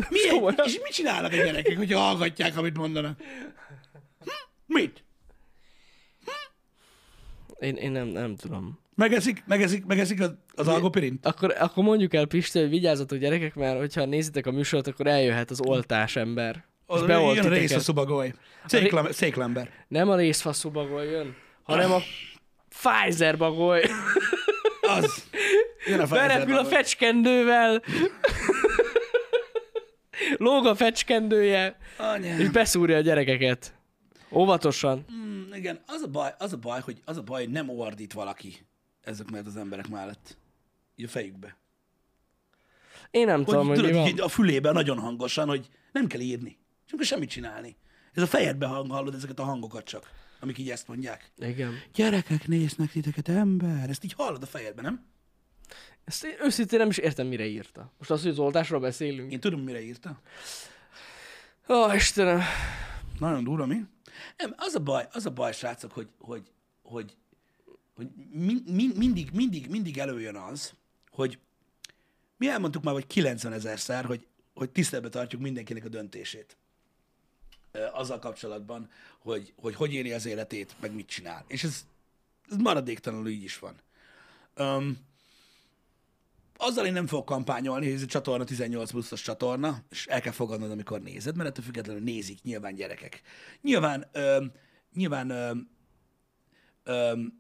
S1: Milyen,
S2: komolyan.
S1: és mit csinálnak a gyerekek, hogyha hallgatják, amit mondanak? Hm? Mit?
S2: Én, én nem, nem tudom.
S1: Megeszik, megeszik, megeszik az, az algopirint?
S2: Akkor, akkor mondjuk el Pisti, hogy vigyázzatok gyerekek, mert hogyha nézitek a műsort, akkor eljöhet az oltás ember. Az
S1: Az
S2: beolt
S1: ilyen rész a
S2: titeket.
S1: szubagoly. Széklem, széklember.
S2: Nem a részfaszú bagoly jön, hanem a Pfizer bagoly.
S1: Az. Jön a
S2: Berepül a fecskendővel. Lóg a fecskendője, és
S1: Anyám.
S2: beszúrja a gyerekeket. Óvatosan.
S1: Mm, igen, az a baj, az a baj, hogy az a baj, hogy nem ordít valaki ezek mellett az emberek mellett. Így a fejükbe.
S2: Én nem
S1: Hogy,
S2: tudom, hogy Hát, szóval mi van.
S1: tudod, így a fülébe nagyon hangosan, hogy nem kell írni. Csak semmit csinálni. Ez a fejedbe hang, hallod ezeket a hangokat csak, amik így ezt mondják.
S2: Igen.
S1: Gyerekek néznek titeket, ember. Ezt így hallod a fejedben, nem?
S2: Ezt én őszintén nem is értem, mire írta. Most az, hogy az oltásról beszélünk.
S1: Én tudom, mire írta.
S2: Ó, oh, Istenem.
S1: Nagyon durva, mi? Nem, az a baj, az a baj, srácok, hogy, hogy, hogy, hogy min, min, mindig, mindig, mindig előjön az, hogy mi elmondtuk már, vagy 90 ezerszer, hogy, hogy tiszteletbe tartjuk mindenkinek a döntését. Ö, Azzal kapcsolatban, hogy hogy, hogy éli az életét, meg mit csinál. És ez, ez maradéktalanul így is van. Um, azzal én nem fogok kampányolni, hogy ez a csatorna 18 pluszos csatorna, és el kell fogadnod, amikor nézed, mert ettől függetlenül nézik nyilván gyerekek. Nyilván, öm, nyilván öm, öm,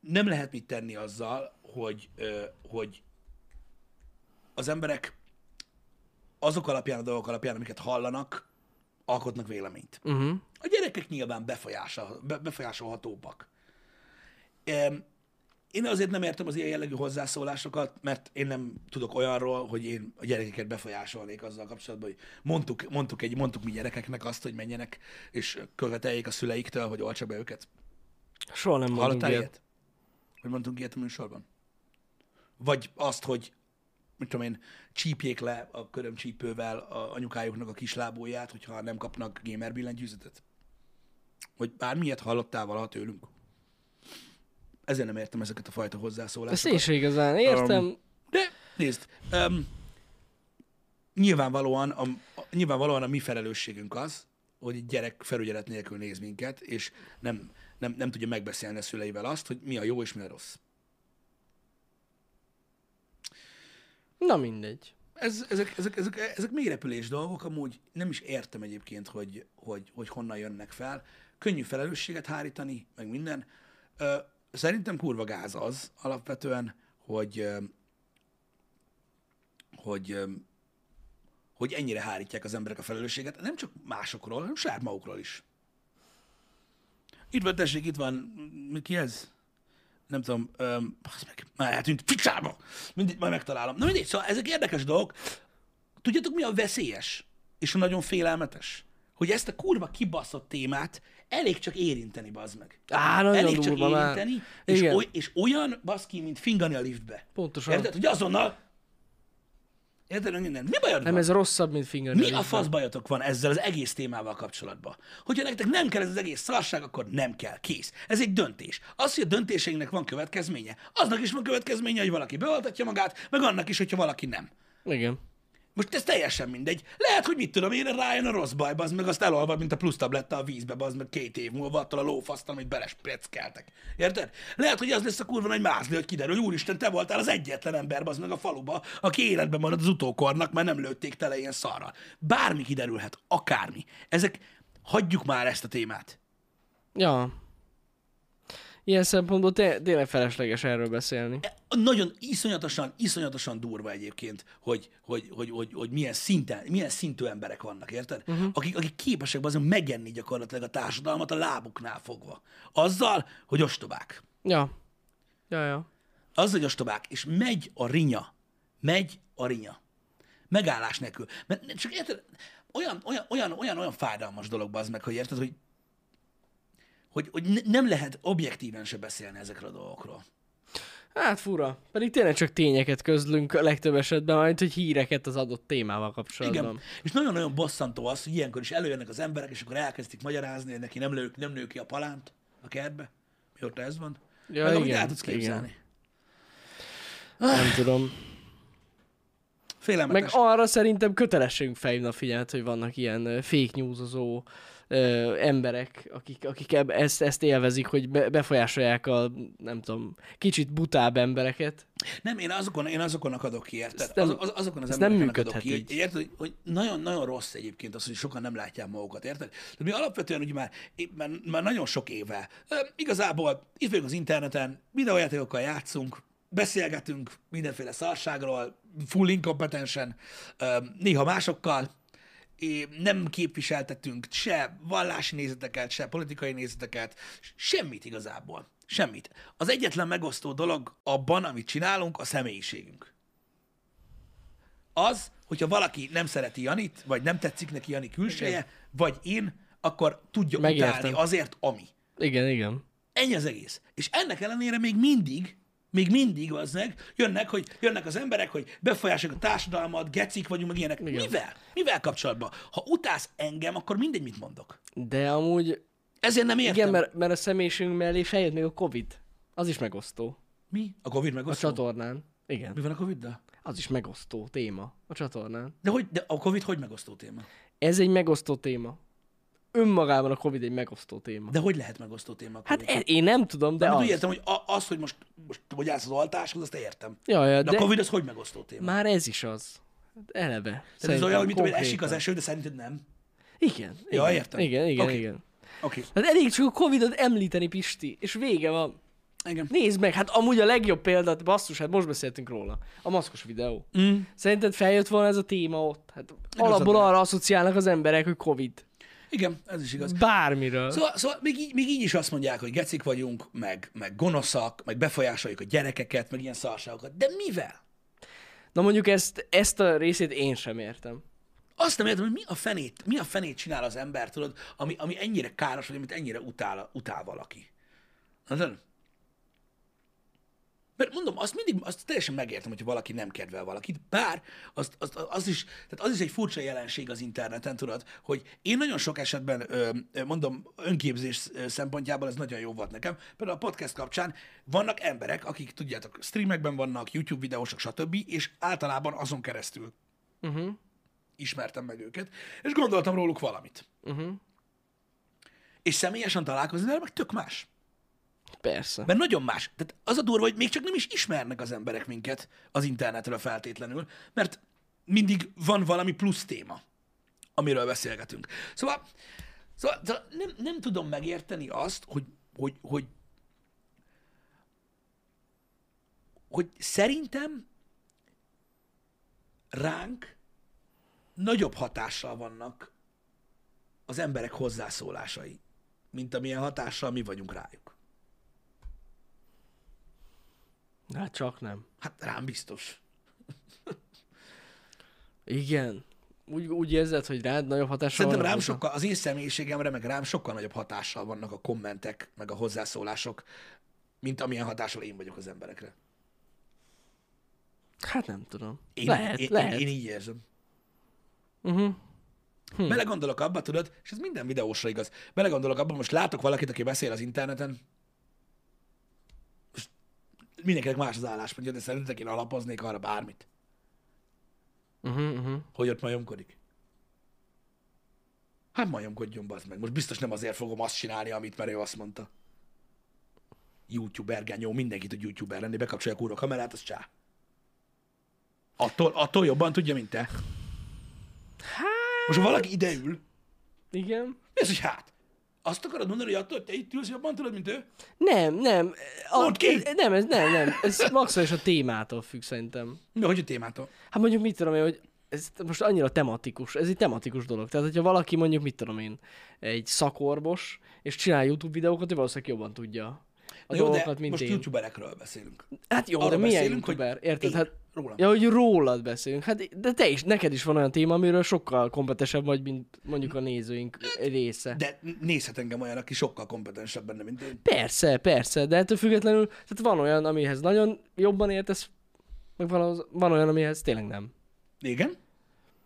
S1: nem lehet mit tenni azzal, hogy, ö, hogy az emberek azok alapján, a dolgok alapján, amiket hallanak, alkotnak véleményt.
S2: Uh-huh.
S1: A gyerekek nyilván befolyásol, be, befolyásolhatóbbak. Em, Én azért nem értem az ilyen jellegű hozzászólásokat, mert én nem tudok olyanról, hogy én a gyerekeket befolyásolnék azzal kapcsolatban, hogy mondtuk, mondtuk, egy, mondtuk mi gyerekeknek azt, hogy menjenek és követeljék a szüleiktől, hogy oltsa be őket.
S2: Soha nem mondunk
S1: Hallottál
S2: ilyet.
S1: ilyet? Hogy mondtunk ilyet a műsorban? Vagy azt, hogy mit tudom én, csípjék le a körömcsípővel a anyukájuknak a kislábóját, hogyha nem kapnak gamer billentyűzetet? Vagy bármilyet hallottál valaha tőlünk? Ezért nem értem ezeket a fajta
S2: Ezt
S1: hozzászólásokat.
S2: én sem igazán értem. Um,
S1: De nézd, um, nyilvánvalóan, a, a- nyilvánvalóan a mi felelősségünk az, hogy egy gyerek felügyelet nélkül néz minket, és nem, nem, nem tudja megbeszélni a szüleivel azt, hogy mi a jó és mi a rossz.
S2: Na mindegy.
S1: Ez, ezek, ezek, ezek, ezek mélyrepülés dolgok, amúgy nem is értem egyébként, hogy, hogy, hogy honnan jönnek fel. Könnyű felelősséget hárítani, meg minden. Ö, szerintem kurva gáz az alapvetően, hogy, ö, hogy, ö, hogy ennyire hárítják az emberek a felelősséget, nem csak másokról, hanem saját magukról is. Itt van, tessék, itt van, mi- ki ez? nem tudom, öm, az meg, már eltűnt, picsába! Mindig, majd megtalálom. Na mindegy, szóval ezek érdekes dolgok. Tudjátok, mi a veszélyes és a nagyon félelmetes? Hogy ezt a kurva kibaszott témát elég csak érinteni, bazd meg.
S2: Á, nagyon
S1: elég csak
S2: durva már.
S1: érinteni, és,
S2: Igen.
S1: oly, és olyan baszki, mint fingani a liftbe.
S2: Pontosan.
S1: Érted, hogy azonnal... Érted, hogy minden. Mi bajod
S2: Nem,
S1: van?
S2: ez rosszabb, mint finger.
S1: Mi a fasz bajotok van ezzel az egész témával kapcsolatban? Hogyha nektek nem kell ez az egész szarság, akkor nem kell. Kész. Ez egy döntés. Az, hogy a döntéseinknek van következménye, aznak is van következménye, hogy valaki beoltatja magát, meg annak is, hogyha valaki nem.
S2: Igen.
S1: Most ez teljesen mindegy. Lehet, hogy mit tudom én, rájön a rossz baj, az meg azt elolvad, mint a plusz tabletta a vízbe, az meg két év múlva attól a lófasztal, amit belespreckeltek. Érted? Lehet, hogy az lesz a kurva nagy mázli, hogy kiderül, hogy úristen, te voltál az egyetlen ember, az meg a faluba, aki életben maradt az utókornak, mert nem lőtték tele ilyen szarral. Bármi kiderülhet, akármi. Ezek, hagyjuk már ezt a témát.
S2: Ja. Ilyen szempontból té- tényleg felesleges erről beszélni.
S1: nagyon iszonyatosan, iszonyatosan durva egyébként, hogy, hogy, hogy, hogy, hogy milyen, szinten, milyen szintű emberek vannak, érted? Uh-huh. Akik, akik képesek azon megenni gyakorlatilag a társadalmat a lábuknál fogva. Azzal, hogy ostobák.
S2: Ja. Ja, ja.
S1: Azzal, hogy ostobák. És megy a rinya. Megy a rinya. Megállás nélkül. Mert csak érted, olyan, olyan, olyan, olyan, olyan fájdalmas dolog az meg, hogy érted, hogy, hogy, hogy ne, nem lehet objektíven se beszélni ezekről a dolgokról.
S2: Hát fura. Pedig tényleg csak tényeket közlünk a legtöbb esetben, majd hogy híreket az adott témával kapcsolatban.
S1: Igen. És nagyon-nagyon bosszantó az, hogy ilyenkor is előjönnek az emberek, és akkor elkezdik magyarázni, hogy neki nem lő, nem lő ki a palánt a kertbe. Mióta ez van?
S2: Ja,
S1: Meg amit
S2: igen,
S1: el tudsz
S2: igen.
S1: képzelni. Igen.
S2: Nem tudom. Meg
S1: Félelmetes.
S2: arra szerintem kötelességünk felhívni a figyelmet, hogy vannak ilyen ö, fake newsozó ö, emberek, akik, akik eb- ezt, ezt élvezik, hogy be, befolyásolják a, nem tudom, kicsit butább embereket.
S1: Nem, én azokon, én azokon akadok ki, érted?
S2: nem-
S1: Az, az, azokon az
S2: ez nem
S1: embereken akadok ki.
S2: működhet
S1: Hogy, érted, hogy- hogy nagyon-nagyon rossz egyébként az, hogy sokan nem látják magukat, érted? De mi alapvetően ugye már, én- már, már nagyon sok éve, ö, igazából itt vagyunk az interneten, videójátékokkal játszunk, beszélgetünk mindenféle szarságról, full inkompetensen, ö, néha másokkal, é, nem képviseltetünk se vallási nézeteket, se politikai nézeteket, semmit igazából. Semmit. Az egyetlen megosztó dolog abban, amit csinálunk, a személyiségünk az, hogyha valaki nem szereti Janit, vagy nem tetszik neki Jani külseje, Igen. vagy én, akkor tudja
S2: Megértem.
S1: utálni azért, ami.
S2: Igen, igen.
S1: Ennyi az egész. És ennek ellenére még mindig, még mindig az meg, jönnek, hogy jönnek az emberek, hogy befolyásolják a társadalmat, gecik vagyunk, meg ilyenek. Igen. Mivel? Mivel kapcsolatban? Ha utálsz engem, akkor mindegy, mit mondok.
S2: De amúgy, Értem.
S1: Ezért nem értem.
S2: igen, mert, mert a személyiségünk mellé feljött még a Covid. Az is megosztó.
S1: Mi? A Covid
S2: A
S1: megosztó?
S2: csatornán. Igen.
S1: Mi van a Covid-dal?
S2: Az is megosztó téma a csatornán.
S1: De, hogy, de a Covid hogy megosztó téma?
S2: Ez egy megosztó téma. Önmagában a Covid egy megosztó téma.
S1: De hogy lehet megosztó téma a
S2: Hát
S1: Covid?
S2: e- én nem tudom, de
S1: Hát
S2: az.
S1: úgy értem, hogy a, az, hogy most, most hogy állsz az altáshoz, azt értem.
S2: Ja, ja,
S1: De,
S2: de
S1: a Covid az hogy megosztó téma?
S2: már ez is az. Hát Eleve.
S1: Tehát ez
S2: Szerintem
S1: olyan, hogy mit tudom, én,
S2: konkrétan.
S1: esik az eső, de szerinted nem.
S2: Igen.
S1: Ja,
S2: igen,
S1: értem.
S2: Igen, igen,
S1: Oké.
S2: igen.
S1: Oké. Okay.
S2: Hát elég csak a Covid-ot említeni, Pisti, és vége van.
S1: Igen.
S2: Nézd meg, hát amúgy a legjobb példa, basszus, hát most beszéltünk róla. A maszkos videó.
S1: Mm.
S2: Szerinted feljött volna ez a téma ott? Hát alapból
S1: benne.
S2: arra asszociálnak az emberek, hogy Covid.
S1: Igen, ez is igaz.
S2: Bármiről.
S1: Szóval, szóval még, így, még így is azt mondják, hogy gecik vagyunk, meg, meg gonoszak, meg befolyásoljuk a gyerekeket, meg ilyen szarságokat. De mivel?
S2: Na mondjuk ezt, ezt a részét én sem értem.
S1: Azt nem értem, hogy mi a fenét, mi a fenét csinál az ember, tudod, ami, ami ennyire káros, vagy amit ennyire utál, utál valaki. Tudod? Mert mondom, azt mindig, azt teljesen megértem, hogyha valaki nem kedvel valakit, bár azt, azt, az, is, tehát az is egy furcsa jelenség az interneten, tudod, hogy én nagyon sok esetben, ö, ö, mondom, önképzés ö, szempontjából ez nagyon jó volt nekem. Például a podcast kapcsán vannak emberek, akik, tudjátok, streamekben vannak, YouTube videósok, stb., és általában azon keresztül uh-huh. ismertem meg őket, és gondoltam róluk valamit. Uh-huh. És személyesen találkozni vele meg tök más.
S2: Persze.
S1: Mert nagyon más. Tehát az a durva, hogy még csak nem is ismernek az emberek minket az internetről feltétlenül, mert mindig van valami plusz téma, amiről beszélgetünk. Szóval, szóval, szóval nem, nem tudom megérteni azt, hogy, hogy, hogy, hogy szerintem ránk nagyobb hatással vannak az emberek hozzászólásai, mint amilyen hatással mi vagyunk rájuk.
S2: Hát csak nem.
S1: Hát rám biztos.
S2: Igen. úgy, úgy érzed, hogy rád nagyobb hatással
S1: Szerintem rám
S2: vannak?
S1: sokkal, az én személyiségemre, meg rám sokkal nagyobb hatással vannak a kommentek, meg a hozzászólások, mint amilyen hatással én vagyok az emberekre.
S2: Hát nem tudom.
S1: Én,
S2: lehet,
S1: én,
S2: lehet.
S1: Én, én így érzem.
S2: Uh-huh.
S1: Hm. Belegondolok abba, tudod, és ez minden videósra igaz. Belegondolok abba, most látok valakit, aki beszél az interneten, és mindenkinek más az álláspontja, de szerintetek én alapoznék arra bármit,
S2: Uh-huh, uh-huh.
S1: hogy ott majomkodik. Hát majomkodjon, bazd meg. Most biztos nem azért fogom azt csinálni, amit mert ő azt mondta. Youtuber, genyó, mindenki tud youtuber lenni, bekapcsolja a kurva kamerát, az csá. Attól, attól jobban tudja, mint te. Most ha valaki ideül,
S2: Igen.
S1: Mi az, hogy hát? Azt akarod mondani, hogy attól, hogy te itt ülsz, jobban tudod, mint ő?
S2: Nem, nem. A,
S1: Mondd ki!
S2: Nem, ez nem, nem. Ez maximális a témától függ szerintem.
S1: Mi, hogy a témától?
S2: Hát mondjuk mit tudom én, hogy ez most annyira tematikus, ez egy tematikus dolog. Tehát, hogyha valaki mondjuk, mit tudom én, egy szakorvos, és csinál YouTube videókat, ő valószínűleg jobban tudja a
S1: Na
S2: jó,
S1: jó,
S2: dolgokat,
S1: de
S2: mint
S1: most
S2: én.
S1: youtuberekről beszélünk.
S2: Hát jó,
S1: arról
S2: de milyen
S1: beszélünk, hogy
S2: youtuber? Érted?
S1: én,
S2: hát,
S1: rólam.
S2: Ja, hogy rólad beszélünk. Hát, de te is, neked is van olyan téma, amiről sokkal kompetensebb vagy, mint mondjuk a nézőink része.
S1: De nézhet engem olyan, aki sokkal kompetensebb benne, mint én.
S2: Persze, persze, de ettől függetlenül, tehát van olyan, amihez nagyon jobban értesz, meg valahoz, van olyan, amihez tényleg nem.
S1: Igen?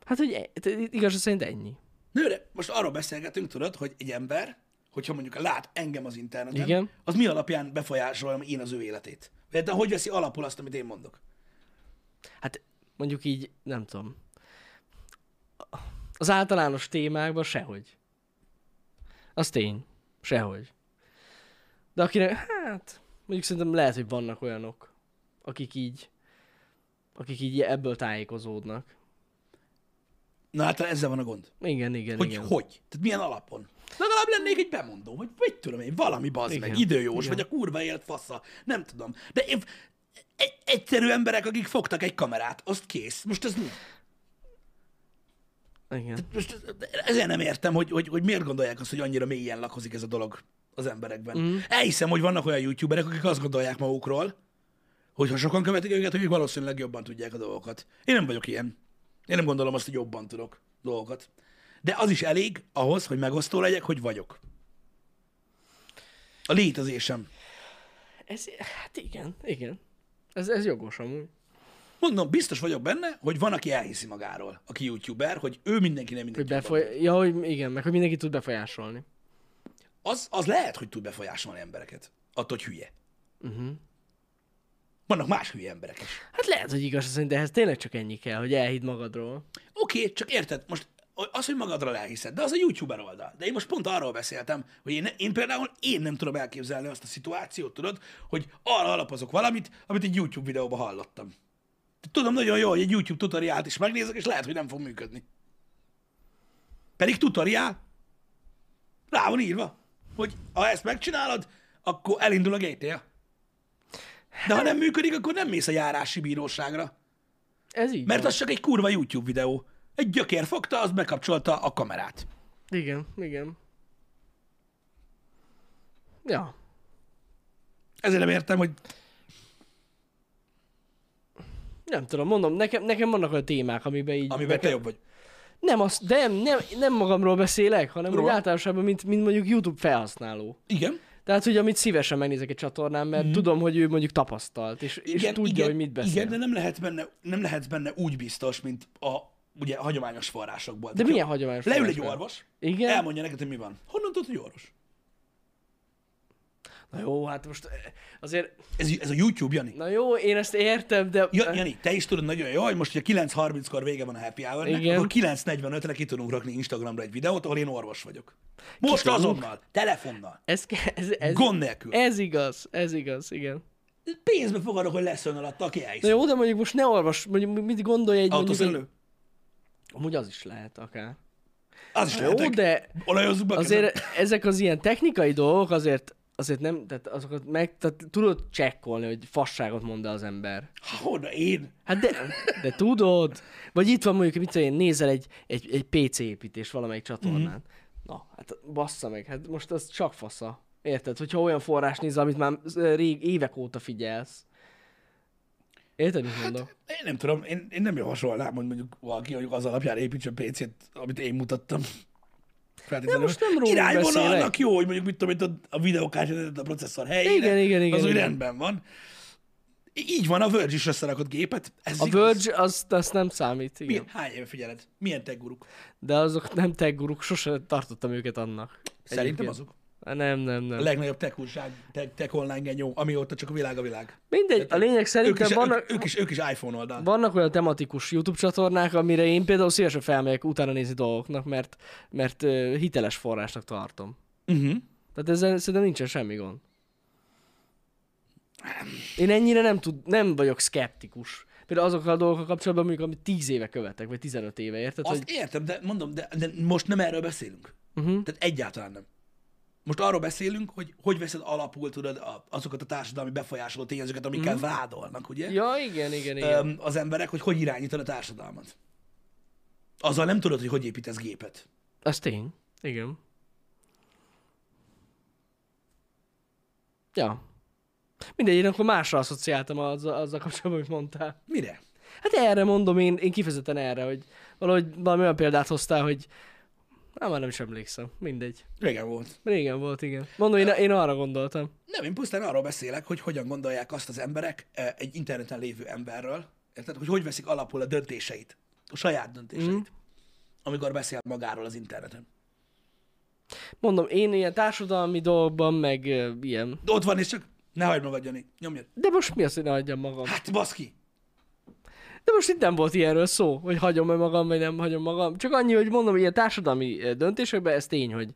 S2: Hát, hogy e- te- igazság szerint ennyi.
S1: Na jó, de most arról beszélgetünk, tudod, hogy egy ember, hogyha mondjuk lát engem az interneten,
S2: Igen.
S1: az mi alapján befolyásoljam én az ő életét? Vagy hát, De hogy veszi alapul azt, amit én mondok?
S2: Hát mondjuk így, nem tudom. Az általános témákban sehogy. Az tény. Sehogy. De akinek, hát, mondjuk szerintem lehet, hogy vannak olyanok, akik így, akik így ebből tájékozódnak.
S1: Na hát ezzel van a gond.
S2: Igen, igen,
S1: Hogy
S2: igen.
S1: hogy? Tehát milyen alapon? Legalább lennék egy bemondó, hogy mit tudom én, valami bazd
S2: Igen.
S1: meg, időjós,
S2: Igen.
S1: vagy a kurva élet fassa, nem tudom. De én, egy, egyszerű emberek, akik fogtak egy kamerát, azt kész. Most ez mi?
S2: igen.
S1: Most ez- ezért nem értem, hogy, hogy, hogy miért gondolják azt, hogy annyira mélyen lakozik ez a dolog az emberekben. Mm. Elhiszem, hogy vannak olyan youtuberek, akik azt gondolják magukról, hogy ha sokan követik őket, ők valószínűleg jobban tudják a dolgokat. Én nem vagyok ilyen. Én nem gondolom azt, hogy jobban tudok dolgokat. De az is elég ahhoz, hogy megosztó legyek, hogy vagyok. A létezésem.
S2: Ez, hát igen, igen. Ez, ez jogos amúgy.
S1: Mondom, biztos vagyok benne, hogy van, aki elhiszi magáról, aki youtuber, hogy ő mindenki nem mindenki.
S2: Hogy
S1: jobban tud.
S2: befoly... Ja, hogy igen, meg hogy mindenki tud befolyásolni.
S1: az, az lehet, hogy tud befolyásolni embereket. Attól, hogy hülye. Uh-huh. Vannak más hülye emberek is.
S2: Hát lehet, hogy igaz, szerint, de ehhez tényleg csak ennyi kell, hogy elhidd magadról.
S1: Oké, okay, csak érted, most az, hogy magadra elhiszed, de az a YouTuber oldal. De én most pont arról beszéltem, hogy én, én például én nem tudom elképzelni azt a szituációt, tudod, hogy arra alapozok valamit, amit egy YouTube videóban hallottam. Tudom nagyon jól, hogy egy YouTube tutoriált is megnézek, és lehet, hogy nem fog működni. Pedig tutoriál. Rá van írva, hogy ha ezt megcsinálod, akkor elindul a GTA. De ha nem működik, akkor nem mész a járási bíróságra.
S2: Ez így
S1: Mert
S2: van.
S1: az csak egy kurva YouTube videó. Egy gyökér fogta, az bekapcsolta a kamerát.
S2: Igen, igen. Ja.
S1: Ezért nem értem, hogy
S2: Nem tudom, mondom, nekem, nekem vannak olyan témák, amiben így...
S1: amiben te jobb vagy.
S2: Nem, az, de nem, nem, nem magamról beszélek, hanem úgy
S1: Róla.
S2: általánosában, mint, mint mondjuk YouTube felhasználó.
S1: Igen.
S2: Tehát, hogy amit szívesen megnézek egy csatornán, mert mm. tudom, hogy ő mondjuk tapasztalt, és, és
S1: Mhm. igen,
S2: tudja,
S1: igen,
S2: hogy mit beszél.
S1: Igen, de nem lehet benne, nem lehet benne úgy biztos, mint a ugye, hagyományos forrásokból.
S2: de
S1: Tehát
S2: milyen
S1: jó,
S2: hagyományos
S1: Leül egy
S2: forrásban?
S1: orvos,
S2: Igen?
S1: elmondja neked, hogy mi van. Honnan tudod, hogy orvos?
S2: Na jó, hát most eh, azért...
S1: Ez, ez a YouTube, Jani.
S2: Na jó, én ezt értem, de...
S1: Ja, Jani, te is tudod nagyon jó, hogy most, hogy 9.30-kor vége van a happy hour
S2: Igen.
S1: akkor 9.45-re ki tudunk rakni Instagramra egy videót, ahol én orvos vagyok. Most
S2: tudunk?
S1: azonnal, telefonnal,
S2: Ez, ke- ez, ez,
S1: gond nélkül.
S2: ez igaz, ez igaz, igen.
S1: Pénzbe fogadok, hogy lesz olyan alatt, aki elhiszi.
S2: Na jó, de mondjuk most ne olvas, mondjuk mit gondolj egy... mondjuk egy-
S1: Autószerelő?
S2: Amúgy az is lehet akár.
S1: Az is
S2: Jó,
S1: lehetek.
S2: de
S1: Olajozzuk be a kezem.
S2: azért ezek az ilyen technikai dolgok azért, azért nem, tehát azokat meg, tehát tudod csekkolni, hogy fasságot mond az ember.
S1: Há, Honnan én?
S2: Hát de, de tudod. Vagy itt van mondjuk, mit tudom én, nézel egy, egy, egy PC építés valamelyik csatornán.
S1: Mhm.
S2: Mm-hmm. Na, hát bassza meg, hát most az csak fasza. Érted? Hogyha olyan forrás nézel, amit már ö, rég évek óta figyelsz. Érted,
S1: Hát,
S2: mit mondom?
S1: Én nem tudom, én, én nem javasolnám, hogy mondjuk valaki mondjuk az alapján építsen PC-t, amit én mutattam. Nem,
S2: most nem rólunk
S1: Irányvonalnak
S2: beszélek.
S1: jó, hogy mondjuk mit tudom, itt a, a videókártya, a processzor helyére.
S2: Igen, igen, igen,
S1: Az úgy
S2: igen.
S1: rendben van. Í- Így van, a Verge is összerakott gépet. Ez
S2: A
S1: igaz.
S2: Verge, azt, azt nem számít, igen.
S1: Milyen, hány éve figyeled? Milyen tech guruk?
S2: De azok nem tech guruk, sose tartottam őket annak.
S1: Szerintem
S2: Egyébként.
S1: azok.
S2: Nem, nem,
S1: A
S2: nem.
S1: legnagyobb tech újság, tech, tech online genyó, amióta csak a világ a világ.
S2: Mindegy, a lényeg
S1: Ők is,
S2: szerintem vannak,
S1: ők, ők, is, ők is iPhone oldal.
S2: vannak olyan tematikus YouTube csatornák, amire én például szívesen felmegyek utána nézni dolgoknak, mert, mert ö, hiteles forrásnak tartom.
S1: Uh-huh.
S2: Tehát ezzel szerintem nincsen semmi gond. Én ennyire nem, tud, nem vagyok szkeptikus. Például azokkal a dolgokkal kapcsolatban, mondjuk, amit 10 éve követek, vagy 15 éve, érted?
S1: Azt
S2: Hogy... Mhm.
S1: hogy... értem, de mondom, de, de most nem erről beszélünk. Uh-huh. Tehát egyáltalán nem. Most arról beszélünk, hogy hogy veszed alapul, tudod, a, azokat a társadalmi befolyásoló tényezőket, amikkel
S2: Mhm.
S1: uh-huh. vádolnak, ugye?
S2: Ja, igen, igen, igen.
S1: Öm, az emberek, hogy hogy irányítod a társadalmat. Azzal nem tudod, hogy hogy építesz gépet.
S2: Az tény. Igen. Ja. Mindegy, én akkor másra asszociáltam azzal, azzal kapcsolatban, amit mondtál.
S1: Mire?
S2: Hát erre mondom én, én kifejezetten erre, hogy valahogy valami olyan példát hoztál, hogy nem, már nem is emlékszem. Mindegy.
S1: Régen volt.
S2: Régen volt, igen. Mondom, én, én arra gondoltam.
S1: Nem, én pusztán arról beszélek, hogy hogyan gondolják azt az emberek eh, egy interneten lévő emberről, érted, hogy hogy veszik alapul a döntéseit, a saját
S2: Mhm.
S1: döntéseit, mm. amikor beszél magáról az interneten.
S2: Mondom, én ilyen társadalmi dolgokban, meg uh, ilyen.
S1: De ott van, és csak ne hagyd magad, Jani, nyomjad.
S2: De most mi az, hogy ne hagyjam magam?
S1: Hát baszki!
S2: De most itt nem volt ilyenről szó, hogy hagyom-e magam, vagy nem hagyom magam. Csak annyi, hogy mondom, ilyen társadalmi eh, döntésekben ez tény, hogy,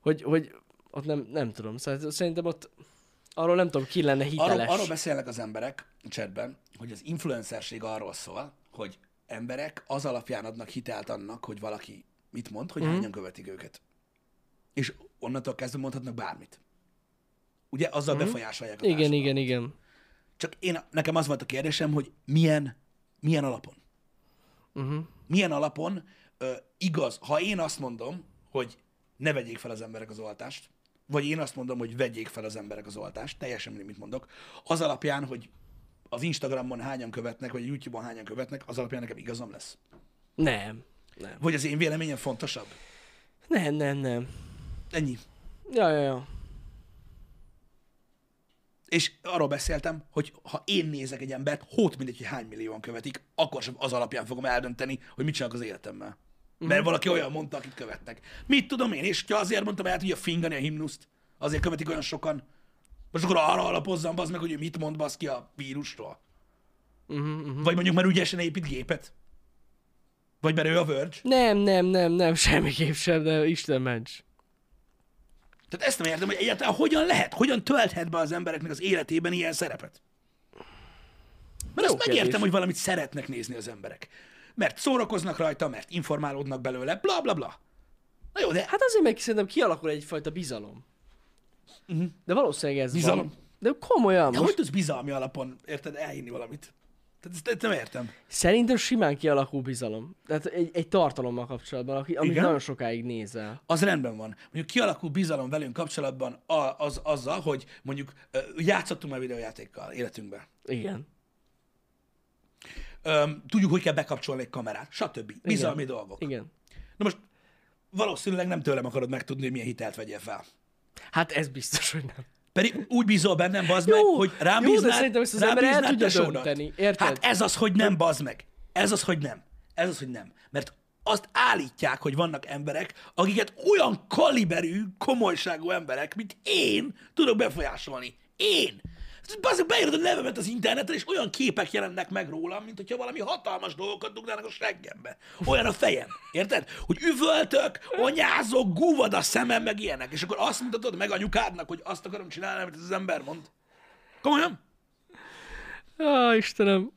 S2: hogy, hogy ott nem, nem tudom. Szóval Szerintem ott arról nem tudom, ki lenne
S1: Arról,
S2: hiteles.
S1: arról beszélnek az emberek a chatben, hogy az influencerség arról szól, hogy emberek az alapján adnak hitelt annak, hogy valaki mit mond,
S2: Mhm.
S1: hogy mm. hányan követik őket. És onnantól kezdve mondhatnak bármit. Ugye azzal mm. befolyásolják a
S2: Mhm. igen,
S1: társadalmat.
S2: igen, igen.
S1: Csak én, nekem az volt a kérdésem, hogy milyen, milyen alapon? Uh-huh. Milyen alapon ö, igaz, ha én azt mondom, hogy ne vegyék fel az emberek az oltást, vagy én azt mondom, hogy vegyék fel az emberek az oltást, teljesen mindegy, mit mondok, az alapján, hogy az Instagramon hányan követnek, vagy a YouTube-on hányan követnek, az alapján nekem igazam lesz.
S2: Nem. Nem.
S1: Vagy az én véleményem fontosabb.
S2: Nem, nem, nem.
S1: Ennyi.
S2: Ja, ja, ja.
S1: És arról beszéltem, hogy ha én nézek egy embert, hót mindegy, hogy hány millióan követik, akkor sem az alapján fogom eldönteni, hogy mit csinálok az életemmel. Mert valaki olyan mondta, akit követnek. Mit tudom én, és ha azért mondtam el, hát, hogy a fingani a himnuszt, azért követik olyan sokan. Most akkor arra alapozzam, bazd meg, hogy ő mit mond, bazd ki a vírusról. Uh-huh, uh-huh. Vagy mondjuk, mert ügyesen épít gépet. Vagy mert ő a Verge.
S2: Nem, nem, nem, nem, semmiképp sem, de Isten ments.
S1: Tehát ezt nem értem, hogy egyáltalán hogyan lehet, hogyan tölthet be az embereknek az életében ilyen szerepet. Mert
S2: Jó
S1: azt megértem,
S2: kérdés.
S1: hogy valamit szeretnek nézni az emberek. Mert szórakoznak rajta, mert informálódnak belőle, bla bla bla. Na jó, de
S2: Hát azért meg szerintem kialakul egyfajta bizalom. Uh-huh. De valószínűleg ez
S1: Mhm. Bizalom?
S2: van. De komolyan,
S1: de
S2: most
S1: hogy tudsz bizalmi alapon, érted, elhinni valamit? Tehát ezt, ezt nem értem.
S2: Szerintem simán kialakul bizalom. Tehát egy, egy tartalommal kapcsolatban, aki, amit
S1: Igen?
S2: nagyon sokáig nézel.
S1: Az rendben van. Mondjuk kialakul bizalom velünk kapcsolatban a- az, azzal, hogy mondjuk ö, játszottunk már videójátékkal életünkben.
S2: Igen.
S1: Öm, Tudjuk, hogy kell bekapcsolni egy kamerát, stb. Bizalmi
S2: Igen.
S1: dolgok.
S2: Igen.
S1: Na most valószínűleg nem tőlem akarod megtudni, hogy milyen hitelt vegyél fel.
S2: Hát ez biztos, hogy nem.
S1: Pedig úgy bízol bennem, bazd meg, hogy rám
S2: jó, de
S1: bíznád,
S2: szerintem ezt az
S1: rám
S2: ember el
S1: bíznád
S2: tudja
S1: tesódat.
S2: dönteni, érted?
S1: Hát ez az, hogy nem, bazd meg. Ez az, hogy nem. Ez az, hogy nem. Mert azt állítják, hogy vannak emberek, akiket olyan kaliberű, komolyságú emberek, mint én tudok befolyásolni. Én! Bazd, beírod a nevemet az interneten, és olyan képek jelennek meg rólam, mint hogyha valami hatalmas dolgokat dugnának a seggembe. Olyan a fejem. Érted? Hogy üvöltök, anyázok, gúvad a szemem, meg ilyenek. És akkor azt mutatod meg anyukádnak, hogy azt akarom csinálni, amit ez az ember mond. Komolyan?
S2: Á, Istenem.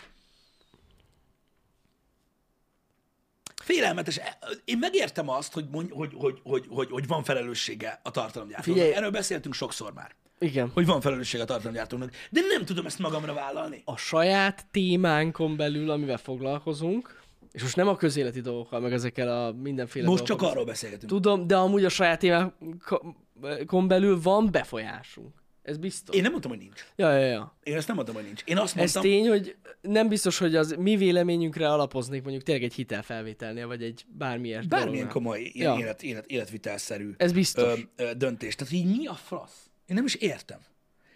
S1: Félelmetes. E, Én megértem azt, hogy, mondj, hogy, hogy, hogy, hogy, hogy van felelőssége a tartalomgyártónak.
S2: Figyelj.
S1: Erről beszéltünk sokszor már,
S2: Igen.
S1: hogy van felelőssége a tartalomgyártónak, de nem tudom ezt magamra vállalni.
S2: A saját témánkon belül, amivel foglalkozunk, és most nem a közéleti dolgokkal, meg ezekkel a mindenféle
S1: Most csak
S2: dolgokkal.
S1: arról beszélgetünk.
S2: Tudom, de amúgy a saját témánkon belül van befolyásunk. Ez biztos.
S1: Én nem mondtam, hogy nincs.
S2: Ja, ja, ja.
S1: Én ezt nem mondtam, hogy nincs. Én
S2: Ez
S1: azt mondtam,
S2: tény, hogy nem biztos, hogy az mi véleményünkre alapoznék mondjuk tényleg egy hitelfelvételnél, vagy egy bármilyen
S1: bármilyen komoly ilyen
S2: Ja.
S1: élet, élet, életvitelszerű
S2: Ez biztos.
S1: ö, ö, döntés. Tehát, hogy így mi a frasz? Én nem is értem.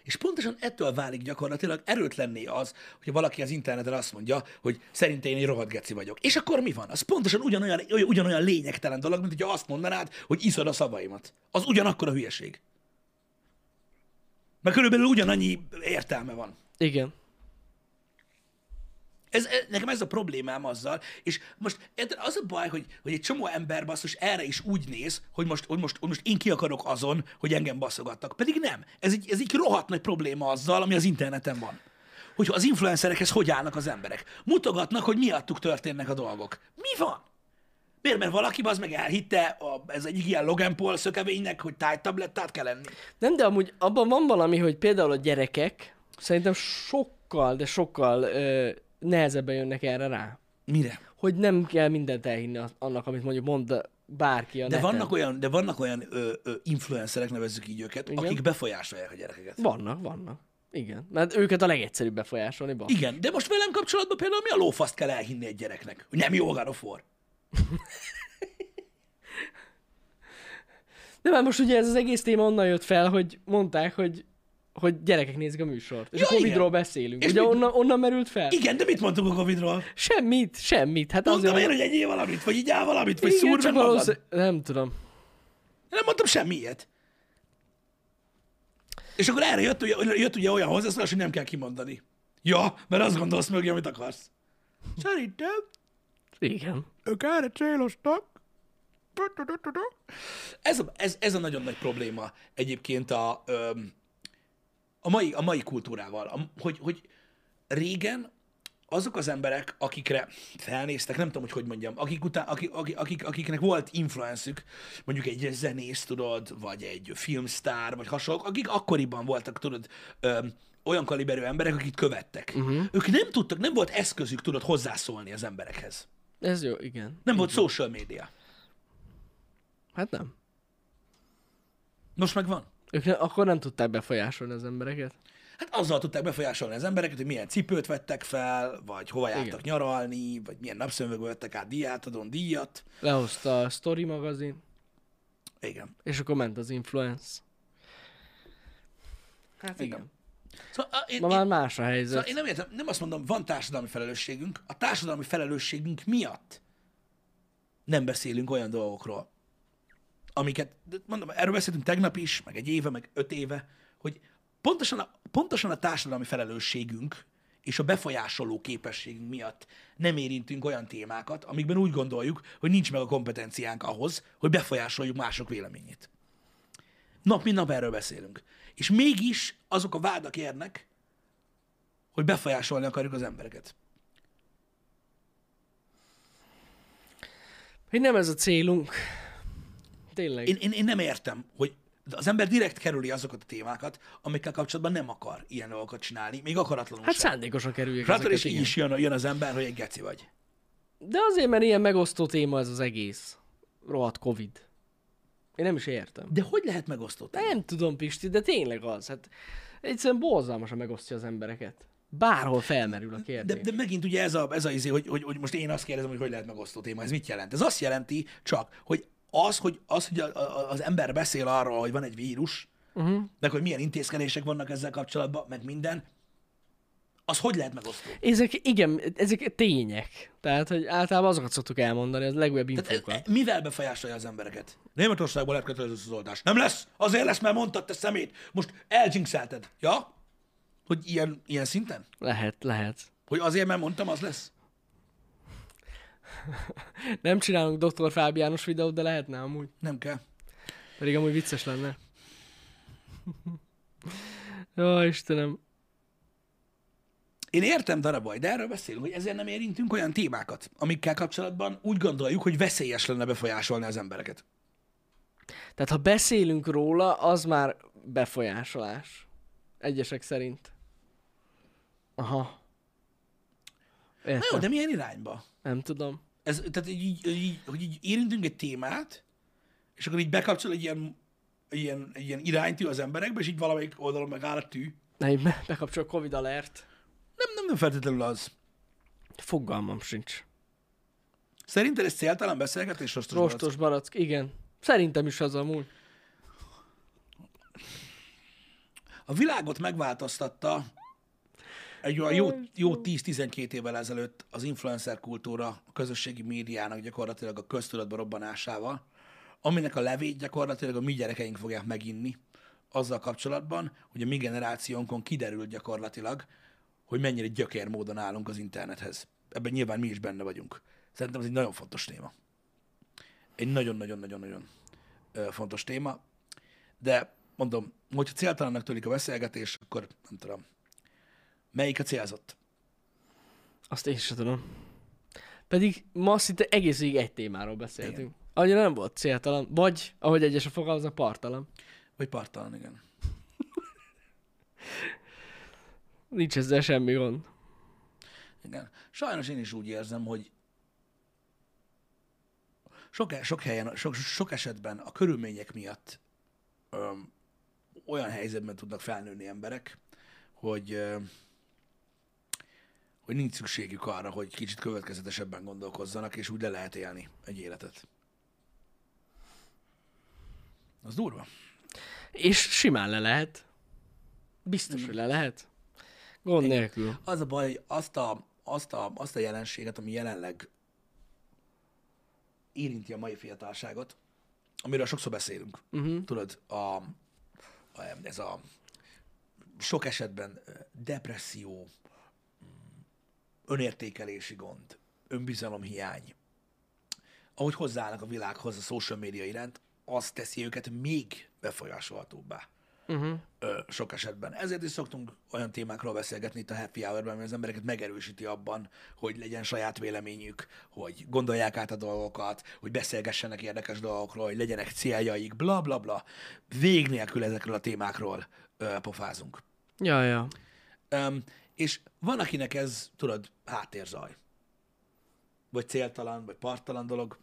S1: És pontosan ettől válik gyakorlatilag erőtlenné az, hogyha valaki az interneten azt mondja, hogy szerint én egy rohadt geci vagyok. És akkor mi van? Az pontosan ugyanolyan, ugyanolyan lényegtelen dolog, mint hogyha azt mondanád, hogy iszod a szavaimat. Az ugyanakkor a hülyeség. Mert körülbelül ugyanannyi értelme van.
S2: Igen.
S1: Ez, e- nekem ez a problémám azzal, és most érted, az a baj, hogy, hogy egy csomó ember basszus erre is úgy néz, hogy most, hogy most, hogy most én ki akarok azon, hogy engem baszogattak. Pedig nem. Ez egy, ez egy rohadt nagy probléma azzal, ami az interneten van. Hogy az influencerekhez hogy állnak az emberek. Mutogatnak, hogy miattuk történnek a dolgok. Mi van? Miért? Mert valaki az meg elhitte a, ez egyik ilyen Logan Paul szökevénynek, hogy tájtablettát kell enni.
S2: Nem, de amúgy abban van valami, hogy például a gyerekek szerintem sokkal, de sokkal ö, nehezebben jönnek erre rá.
S1: Mire?
S2: Hogy nem kell mindent elhinni az- annak, amit mondjuk mond bárki a
S1: De
S2: neten.
S1: vannak olyan, de vannak olyan ö, ö, influencerek, nevezzük így őket,
S2: Igen.
S1: akik befolyásolják a gyerekeket.
S2: Vannak, vannak. Igen. Mert őket a legegyszerűbb befolyásolni, bak.
S1: Igen, de most velem kapcsolatban például mi a lófaszt kell elhinni egy gyereknek? Hogy nem jó a God of War.
S2: De már most ugye ez az egész téma onnan jött fel, hogy mondták, hogy, hogy gyerekek nézik a műsort. És
S1: Ja,
S2: ja, a Covidról
S1: igen.
S2: beszélünk.
S1: És
S2: És ugye
S1: mit-
S2: onnan, onnan merült fel?
S1: Igen, de mit mondtunk a Covidról?
S2: Semmit, semmit. Hát
S1: Mondtam
S2: azért,
S1: én, hogy egyél valamit, vagy igyál valamit, vagy
S2: Igen,
S1: szúrj
S2: csak
S1: meg valószín...
S2: valószínű- Nem tudom.
S1: Nem mondtam semmi ilyet. És akkor erre jött, ugye- jött ugye olyan hozzászólás, hogy nem kell kimondani. Ja, mert azt gondolsz mögé, amit akarsz. Szerintem
S2: Igen.
S1: ők erre célostak. Ez a, ez, ez a nagyon nagy probléma egyébként a, öm, a, mai, a mai kultúrával, a, hogy, hogy régen azok az emberek, akikre felnéztek, nem tudom, hogy hogy mondjam, akik után, akik, akik, akik, akiknek volt influenszük, mondjuk egy zenész, tudod, vagy egy filmsztár, vagy hasonlók, akik akkoriban voltak, tudod, öm, olyan kaliberű emberek, akik követtek. Uh-huh. Ők nem tudtak, nem volt eszközük, tudod, hozzászólni az emberekhez.
S2: Ez jó, igen.
S1: Nem volt social média.
S2: Hát nem.
S1: Most meg van.
S2: Ők ne, akkor nem tudták befolyásolni az embereket.
S1: Hát azzal tudták befolyásolni az embereket, hogy milyen cipőt vettek fel, vagy hova jártak Igen.
S2: Igen.
S1: nyaralni, vagy milyen napszemüvegbe vettek át diát, adon díjat.
S2: Lehozta a Story magazin,
S1: Igen.
S2: és akkor ment az influence. Hát igen. igen.
S1: Szóval, a- én,
S2: Ma
S1: én,
S2: már más a helyzet.
S1: szóval én nem értem, nem azt mondom, van társadalmi felelősségünk, a társadalmi felelősségünk miatt nem beszélünk olyan dolgokról, amiket, de mondom, erről beszéltünk tegnap is, meg egy éve, meg öt éve, hogy pontosan a, pontosan a társadalmi felelősségünk és a befolyásoló képességünk miatt nem érintünk olyan témákat, amikben úgy gondoljuk, hogy nincs meg a kompetenciánk ahhoz, hogy befolyásoljuk mások véleményét. Nap mint nap erről beszélünk. És mégis azok a vádak érnek, hogy befolyásolni akarjuk az embereket.
S2: Hogy nem ez a célunk. Tényleg.
S1: Én, én, én nem értem, hogy az ember direkt kerüli azokat a témákat, amikkel kapcsolatban nem akar ilyen dolgokat csinálni, még akaratlanul
S2: Hát
S1: hát sem.
S2: szándékosan kerüljük
S1: Rátor
S2: ezeket,
S1: és
S2: igen.
S1: így is jön, jön az ember, hogy egy geci vagy.
S2: De azért, mert ilyen megosztó téma ez az egész. Rohadt Covid. Én nem is értem.
S1: De hogy lehet megosztott?
S2: Nem tudom, Pisti, de tényleg az. Hát egyszerűen borzalmasan megosztja az embereket. Bárhol felmerül a
S1: De,
S2: kérdés.
S1: de megint ugye ez a, ez a izé, hogy, hogy, hogy most én azt kérdezem, hogy hogy lehet megosztó téma, ez mit jelent? Ez azt jelenti csak, hogy az, hogy, az, hogy a, a, az ember beszél arról, hogy van egy vírus,
S2: Mhm.
S1: uh-huh. meg hogy milyen intézkedések vannak ezzel kapcsolatban, meg minden, az hogy lehet megosztó?
S2: Ezek, igen, ezek tények. Tehát, hogy általában azokat szoktuk elmondani, az legújabb
S1: Tehát
S2: infókat.
S1: e- e- mivel befolyásolja az embereket? Németországban lett kötelező az oltás. Nem lesz! Azért lesz, mert mondtad te szemét. Most eldzsinxelted. Ja? Hogy ilyen, ilyen szinten?
S2: Lehet, lehet.
S1: Hogy azért, mert mondtam, az lesz?
S2: Nem csinálunk Dr. Fábiános videót, de lehetne amúgy.
S1: Nem kell.
S2: Pedig amúgy vicces lenne. Jó, Istenem.
S1: Én értem, darabaj, de erről beszélünk, hogy ezért nem érintünk olyan témákat, amikkel kapcsolatban úgy gondoljuk, hogy veszélyes lenne befolyásolni az embereket.
S2: Tehát, ha beszélünk róla, az már befolyásolás. Egyesek szerint. Aha. Értem.
S1: Na jó, de milyen irányba?
S2: Nem tudom.
S1: Ez, tehát így, így, így, hogy így érintünk egy témát, és akkor így bekapcsol egy ilyen ilyen, ilyen iránytű az emberekbe, és így valamelyik oldalon megáll a tű.
S2: Na, így be- bekapcsol Covid alert.
S1: Nem, nem, nem feltétlenül az.
S2: Fogalmam sincs.
S1: Szerinted ez céltalan beszélgetés, rostos,
S2: Rostos barack, igen. Szerintem is az amúgy.
S1: A világot megváltoztatta egy olyan jó, jó 10-12 évvel ezelőtt az influencer kultúra a közösségi médiának gyakorlatilag a köztudatba robbanásával, aminek a levét gyakorlatilag a mi gyerekeink fogják meginni azzal kapcsolatban, hogy a mi generációnkon kiderült gyakorlatilag, hogy mennyire gyökér módon állunk az internethez. Ebben nyilván mi is benne vagyunk. Szerintem ez egy nagyon fontos téma. Egy nagyon-nagyon-nagyon-nagyon ö, fontos téma, de mondom, hogyha céltalannak tűnik a beszélgetés, akkor nem tudom. Melyik a célzott?
S2: Azt én sem tudom. Pedig ma szinte egész végig egy témáról beszéltünk. Igen. Annyira nem volt céltalan, vagy, ahogy egyesek fogalmaznak, partalan.
S1: Vagy partalan, igen.
S2: Nincs ezzel semmi gond.
S1: igen. Sajnos én is úgy érzem, hogy sok, sok, helyen, sok, sok esetben a körülmények miatt öm, olyan helyzetben tudnak felnőni emberek, hogy, öm, hogy nincs szükségük arra, hogy kicsit következetesebben gondolkozzanak, és úgy le lehet élni egy életet. Az durva.
S2: És simán le lehet. Biztos, hogy le lehet. Gond nélkül.
S1: Az a baj, hogy azt a, azt a, azt a jelenséget, ami jelenleg érinti a mai fiatalságot, amiről sokszor beszélünk, uh-huh. tudod, a, a, ez a sok esetben ö, depresszió, mm, önértékelési gond, önbizalomhiány, ahogy hozzáállnak a világhoz a social média iránt, az teszi őket még befolyásolhatóbbá
S2: Uh-huh.
S1: ö, sok esetben. Ezért is szoktunk olyan témákról beszélgetni itt a Happy Hour-ben, ami az embereket megerősíti abban, hogy legyen saját véleményük, hogy gondolják át a dolgokat, hogy beszélgessenek érdekes dolgokról, hogy legyenek céljaik, bla bla bla. Vég nélkül ezekről a témákról ö, pofázunk.
S2: Ja, ja.
S1: Öm, és van, akinek ez, tudod, háttérzaj. Vagy céltalan, vagy parttalan dolog.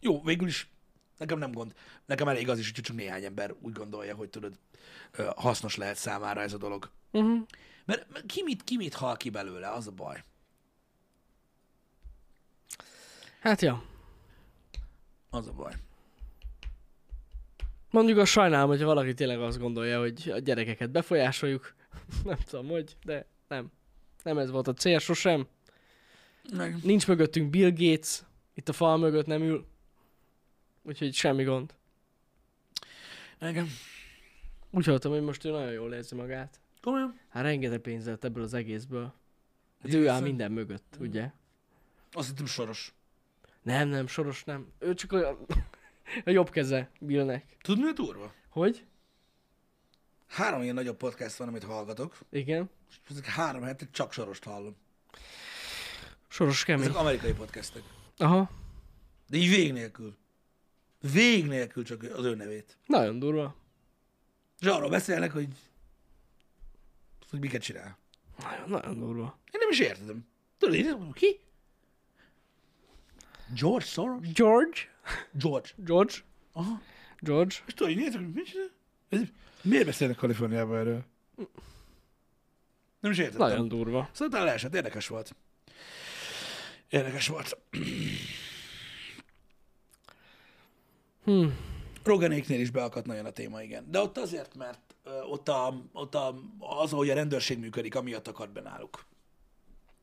S1: Jó, végül is nekem nem gond. Nekem elég az is, hogy csak néhány ember úgy gondolja, hogy tudod, ö, hasznos lehet számára ez a dolog.
S2: Uh-huh.
S1: Mert mert ki mit, ki mit hal ki belőle, az a baj.
S2: Hát ja.
S1: Az a baj.
S2: Mondjuk a sajnálom, hogyha valaki tényleg azt gondolja, hogy a gyerekeket befolyásoljuk. nem tudom, hogy, de nem. Nem ez volt a cél sosem.
S1: Meg.
S2: Nincs mögöttünk Bill Gates, itt a fal mögött nem ül. Úgyhogy semmi gond.
S1: Engem.
S2: Úgy hallottam, hogy most ő nagyon jól érzi magát.
S1: Komolyan.
S2: Hát rengeteg pénz lett ebből az egészből. Hát ő
S1: Igazán?
S2: áll minden mögött, ugye?
S1: Azt hittem soros.
S2: Nem, nem, Soros nem. Ő csak a, a jobb keze Billnek.
S1: Tudod, mi a durva?
S2: Hogy?
S1: Három ilyen nagyobb podcast van, amit hallgatok,
S2: Igen.
S1: és ezek három hetet csak sorost hallom.
S2: Soros kemény.
S1: Ezek amerikai podcastek.
S2: Aha.
S1: De így vég nélkül. Vég nélkül csak az ő nevét.
S2: Nagyon durva.
S1: És arról beszélnek, hogy, hogy miket csinál.
S2: Nagyon, nagyon durva.
S1: Én nem is értem. Tudod, én nem tudom, ki? George Soros?
S2: George?
S1: George.
S2: George?
S1: Aha.
S2: George?
S1: És tudod, így nézek, hogy mit csinál? Ez- Miért beszélnek Kaliforniában erről? Nem is értettem.
S2: Nagyon durva.
S1: Szóval utána leesett, érdekes volt. Érdekes volt.
S2: Hm.
S1: Hmm. Roganéknél is beakadt nagyon a téma, igen. De ott azért, mert ö, ott, a, ott a, az, ahogy a rendőrség működik, amiatt akadt be náluk.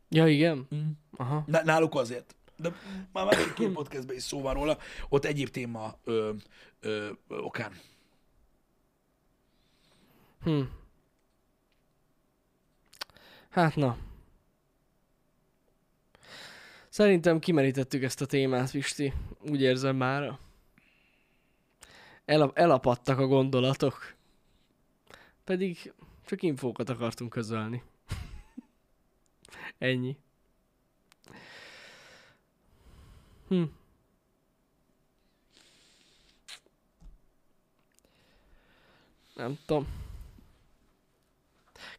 S2: Ja, igen? Aha.
S1: Na- Náluk azért. De már már két podcastben is szó van róla, ott egyéb téma ö, ö, ö, okán.
S2: Hm. Hát na. Szerintem kimerítettük ezt a témát, Pisti. Úgy érzem már. El, elapadtak a gondolatok. Pedig csak infókat akartunk közölni. Ennyi. Hm. Nem tudom.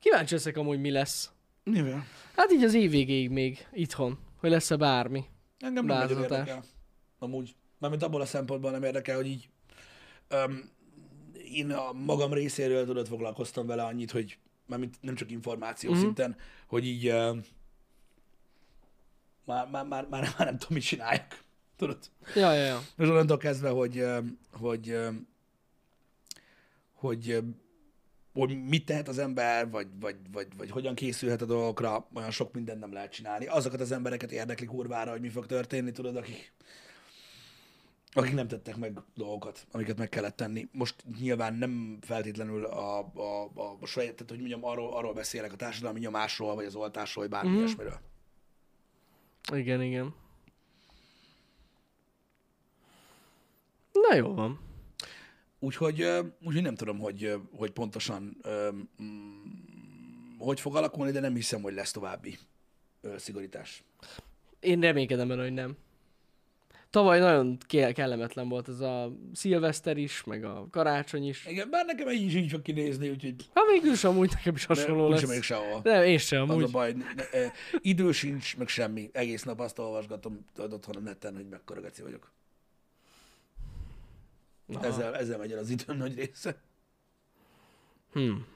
S2: Kíváncsi leszek amúgy mi lesz.
S1: Mivel?
S2: Hát így az év végéig még itthon, hogy lesz-e bármi.
S1: Engem nem nagyon
S2: Lázadás.
S1: érdekel. Amúgy. Mármint abból a szempontból nem érdekel, hogy így öm, én a magam részéről tudod foglalkoztam vele annyit, hogy mármint nem csak információ mm-hmm. szinten, hogy így ö, már, már, már, már, már nem tudom, mit csináljak. Tudod?
S2: Ja, ja, ja.
S1: És onnantól kezdve, hogy, ö, hogy, ö, hogy, ö, hogy mit tehet az ember, vagy, vagy, vagy, vagy hogyan készülhet a dolgokra, olyan sok mindent nem lehet csinálni. Azokat az embereket érdekli kurvára, hogy mi fog történni, tudod, akik, akik nem tettek meg dolgokat, amiket meg kellett tenni. Most nyilván nem feltétlenül a, a, a, a saját, tehát hogy mondjam, arról, arról beszélek a társadalmi nyomásról, vagy az oltásról, vagy bármi mm. ilyesmiről.
S2: Igen, igen. Na jó van.
S1: Úgyhogy, ö, úgyhogy nem tudom, hogy, ö, hogy pontosan ö, mm, hogy fog alakulni, de nem hiszem, hogy lesz további ö, szigorítás.
S2: Én reménykedem benne, hogy nem. Tavaly nagyon ke- kellemetlen volt ez a szilveszter is, meg a karácsony is.
S1: Igen, bár nekem egy is így fog kinézni, úgyhogy
S2: Hát végül is amúgy nekem is hasonló
S1: úgysem megyek
S2: lesz.
S1: sehova.
S2: Nem, én sem
S1: Az a
S2: amúgy.
S1: baj, ne, ö, idő sincs, meg semmi. Egész nap azt olvasgatom tudod, otthon a neten, hogy mekkora geci vagyok.
S2: Aha.
S1: Ezzel, ezzel megy el az időm nagy része.
S2: Hmm.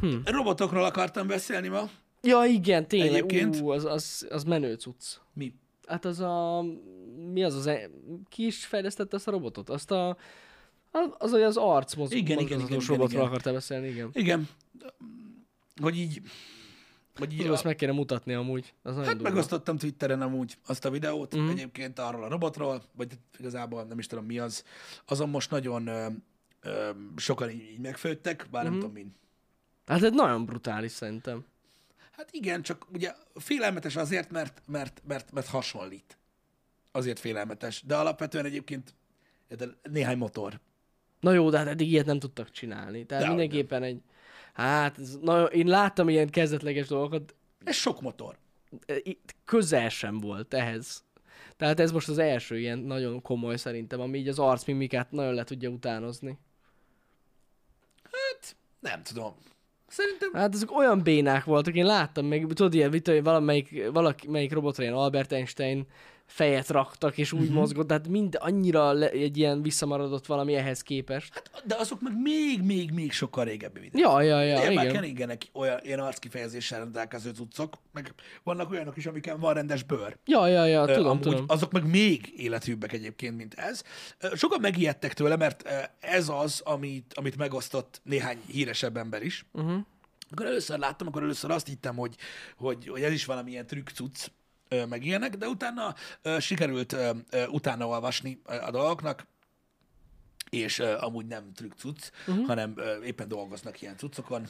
S2: Hmm.
S1: Robotokról akartam beszélni ma.
S2: Ja, igen, tényleg.
S1: Egyébként?
S2: Egyébként? Ú, az, az, az menő cucc.
S1: Mi?
S2: Hát az a... Mi az az... e- Ki is fejlesztette azt a robotot? Azt a... a- Az, hogy az arc mozgó,
S1: Igen, igen, igen, igen,
S2: robotról
S1: igen.
S2: akartál beszélni, igen.
S1: Igen. Hogy így... Hogy így
S2: Ja. Azt meg kéne mutatni amúgy. Az nagyon
S1: hát
S2: durva.
S1: megosztottam Twitteren amúgy azt a videót, mm. egyébként arról a robotról, vagy igazából nem is tudom mi az. Azon most nagyon ö, ö, sokan így, így megfőttek, bár mm. nem tudom min.
S2: Hát ez nagyon brutális szerintem.
S1: Hát igen, csak ugye félelmetes azért, mert, mert, mert, mert hasonlít. Azért félelmetes. De alapvetően egyébként érted, néhány motor.
S2: Na jó, de hát eddig ilyet nem tudtak csinálni. Tehát
S1: Dehogy
S2: mindenképpen egy... Hát, ez nagyon... én láttam ilyen kezdetleges dolgokat,
S1: Ez sok motor.
S2: e, itt közel sem volt ehhez. Tehát ez most az első ilyen nagyon komoly szerintem, ami így az arcmimikát nagyon le tudja utánozni.
S1: Hát nem tudom. Szerintem
S2: Hát azok olyan bénák voltak, én láttam meg, tudod, ilyen vita, hogy valamelyik, valaki, melyik robotra ilyen Albert Einstein fejet raktak, és úgy mm-hmm. mozgott, tehát mind annyira le, egy ilyen visszamaradott valami ehhez képest.
S1: De azok meg még, még, még sokkal régebbi videók.
S2: Hát, Ja, ja, ja,
S1: Ja,
S2: igen.
S1: igen. keringenek olyan, ilyen arckifejezéssel rendelkező cuccok, meg vannak olyanok is, amiken van rendes bőr.
S2: Ja, ja, ja,
S1: Ö,
S2: tudom,
S1: amúgy
S2: tudom.
S1: Azok meg még életűbbek egyébként, mint ez. Ö, Sokan megijedtek tőle, mert ö, ez az, amit, amit megosztott néhány híresebb ember is.
S2: Mhm.
S1: Uh-huh. Akkor először láttam, akkor először azt hittem, hogy, hogy, hogy ez is valamilyen trükk cucc, ö, meg ilyenek, de utána ö, sikerült ö, ö, utána olvasni ö, a dolgoknak, és uh, amúgy nem trükk cucc,
S2: Mhm.
S1: uh-huh. hanem uh, éppen dolgoznak ilyen cuccokon.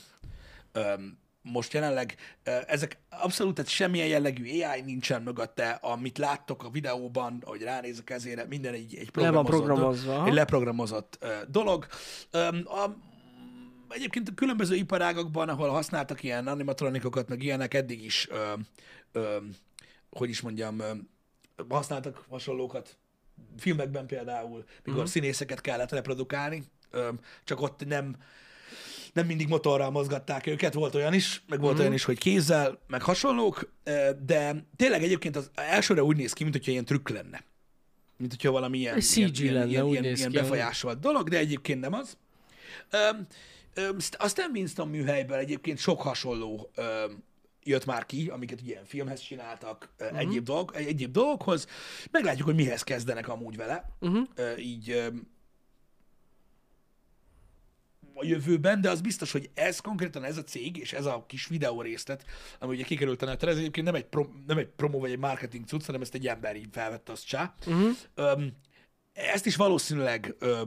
S1: Um, most jelenleg uh, ezek abszolút, tehát semmilyen jellegű AI nincsen mögötte, amit láttok a videóban, hogy ránézek ezére, minden egy, egy
S2: Le van
S1: programozott,
S2: programozva, aha.
S1: egy leprogramozott uh, dolog. Um, a, Egyébként a különböző iparágakban, ahol használtak ilyen animatronikokat, meg ilyenek, eddig is, ö, ö, hogy is mondjam, ö, használtak hasonlókat. Filmekben például, mikor
S2: Mhm.
S1: mm. színészeket kellett reprodukálni, ö, csak ott nem nem mindig motorral mozgatták őket, volt olyan is, meg
S2: Mhm.
S1: volt mm. olyan is, hogy kézzel, meg hasonlók, ö, de tényleg egyébként az elsőre úgy néz ki, mint hogyha ilyen trükk lenne. Mint hogyha valami ilyen,
S2: Egy CG
S1: ilyen,
S2: lenne,
S1: ilyen,
S2: úgy
S1: ilyen,
S2: néz
S1: ilyen
S2: ki, amúgy.
S1: befolyásolt dolog, de egyébként nem az. Öm, öm, St- a Stan Winston műhelyből egyébként sok hasonló öm, jött már ki, amiket ugye ilyen filmhez csináltak, uh-huh. egyéb, dolg, egy- egyéb dolgokhoz. Meglátjuk, hogy mihez kezdenek amúgy vele, uh-huh. ö, így öm, a jövőben, de az biztos, hogy ez konkrétan ez a cég, és ez a kis videó részlet, ami ugye kikerült a netre, ez egyébként nem egy, prom, nem egy promó vagy egy marketing cucc, hanem ezt egy ember így felvette, azt csá.
S2: Mhm.
S1: Uh-huh. Öm, ezt is valószínűleg ö,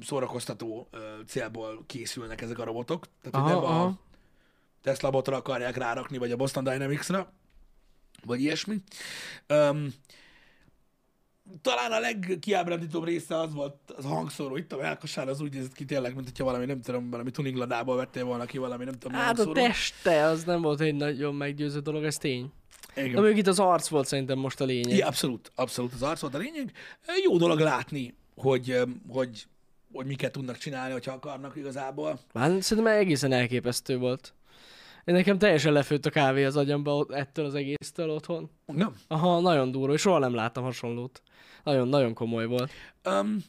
S1: szórakoztató ö, célból készülnek ezek a robotok. Tehát, hogy
S2: Aha,
S1: nem a
S2: aha.
S1: Tesla botra akarják rárakni, vagy a Boston Dynamics-ra, vagy ilyesmi. Öm, talán a legkiábrándítóbb része az volt az a hangszóró. Itt a melkasár az úgy nézett ki tényleg, mint hogyha valami, nem tudom, valami tuningladából vettél volna ki valami, nem tudom, milyen
S2: Hát a
S1: hangszóró.
S2: teste az nem volt egy nagyon meggyőző dolog, ez tény.
S1: Igen.
S2: De mondjuk itt az arc volt szerintem most a lényeg.
S1: Ja, abszolút, abszolút az arc volt a lényeg. Jó dolog látni, hogy, öm, hogy, hogy miket tudnak csinálni, hogyha akarnak igazából.
S2: Hát szerintem egészen elképesztő volt. Én nekem teljesen lefőtt a kávé az agyamba ott- ettől az egésztől otthon.
S1: Nem.
S2: Aha, nagyon durva, és soha nem láttam hasonlót. Nagyon, nagyon komoly volt.
S1: Um,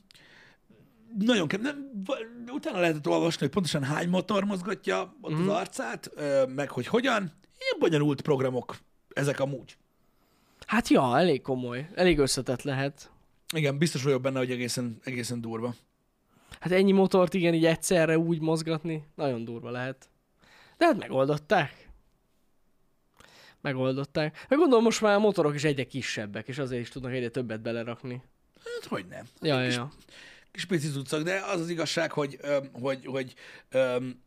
S1: nagyon kell, nem, va- utána lehetett olvasni, hogy pontosan hány motor mozgatja ott mm. az arcát, ö, meg hogy hogyan. Ilyen bonyolult programok ezek amúgy.
S2: Hát ja, elég komoly. Elég összetett lehet.
S1: Igen, biztos vagyok benne, hogy egészen, egészen durva.
S2: Hát ennyi motort igen, így egyszerre úgy mozgatni, nagyon durva lehet. De hát megoldották. Megoldották. Meg gondolom most már a motorok is egyre kisebbek, és azért is tudnak egyre többet belerakni.
S1: Hát hogy nem.
S2: Ja, ja, ja.
S1: kis pici cuccok, de az az igazság, hogy, öm, hogy, hogy öm,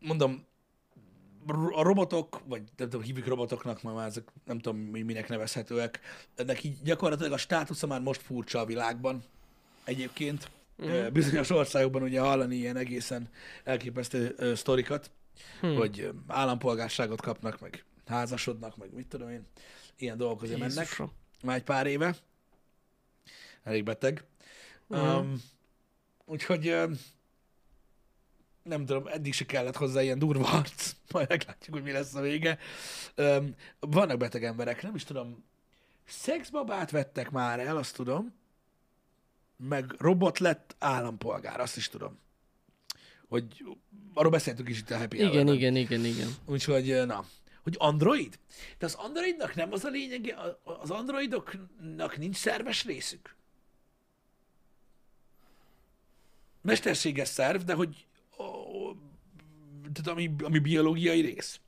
S1: mondom, ro- a robotok, vagy nem tudom, hívjuk robotoknak, ma már ezek nem tudom, mi- minek nevezhetőek, neki gyakorlatilag a státusza már most furcsa a világban egyébként. Mm. Bizonyos országokban ugye hallani ilyen egészen elképesztő ö, sztorikat, hmm. hogy ö, állampolgárságot kapnak, meg házasodnak, meg mit tudom én, ilyen dolgok azért mennek
S2: Jézusom.
S1: már egy pár éve. Elég beteg.
S2: Mhm.
S1: Uh-huh. Um, úgyhogy um, nem tudom, eddig se kellett hozzá ilyen durva harc. Majd meglátjuk, hogy mi lesz a vége. Um, vannak beteg emberek, nem is tudom. Szexbabát vettek már el, azt tudom. Meg robot lett állampolgár, azt is tudom. Hogy arról beszéltünk is itt a Happy
S2: Igen,
S1: Hour-ben.
S2: igen, igen, igen.
S1: Úgyhogy, ö, na. Hogy Android? De az Androidnak nem az a lényege, a- az Androidoknak nincs szerves részük. Mesterséges szerv, de hogy ó, tehát ami, ami biológiai rész.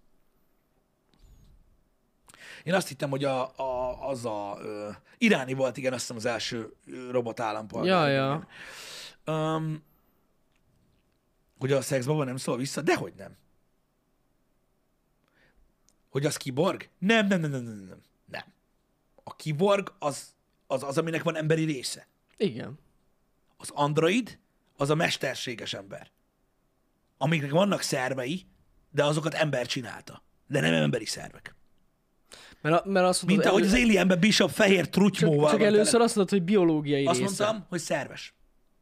S1: Én azt hittem, hogy a, a, az a ö, iráni volt, igen, azt hiszem az első ö, robot
S2: Ja,
S1: állampolgár.
S2: ja.
S1: Um, hogy a szexbaba nem szól vissza? Dehogy nem. Hogy az kiborg? Nem, nem, nem, nem, nem, nem. nem. A kiborg az, az az, aminek van emberi része.
S2: Igen.
S1: Az android az a mesterséges ember. Amiknek vannak szervei, de azokat ember csinálta. De nem emberi szervek.
S2: Mert, a- mert azt mondod,
S1: Mint ahogy az Alienben Bishop fehér
S2: csak,
S1: trutymóval
S2: csak
S1: van
S2: először
S1: tele.
S2: azt mondtad, hogy biológiai
S1: Azt
S2: része.
S1: mondtam, hogy szerves.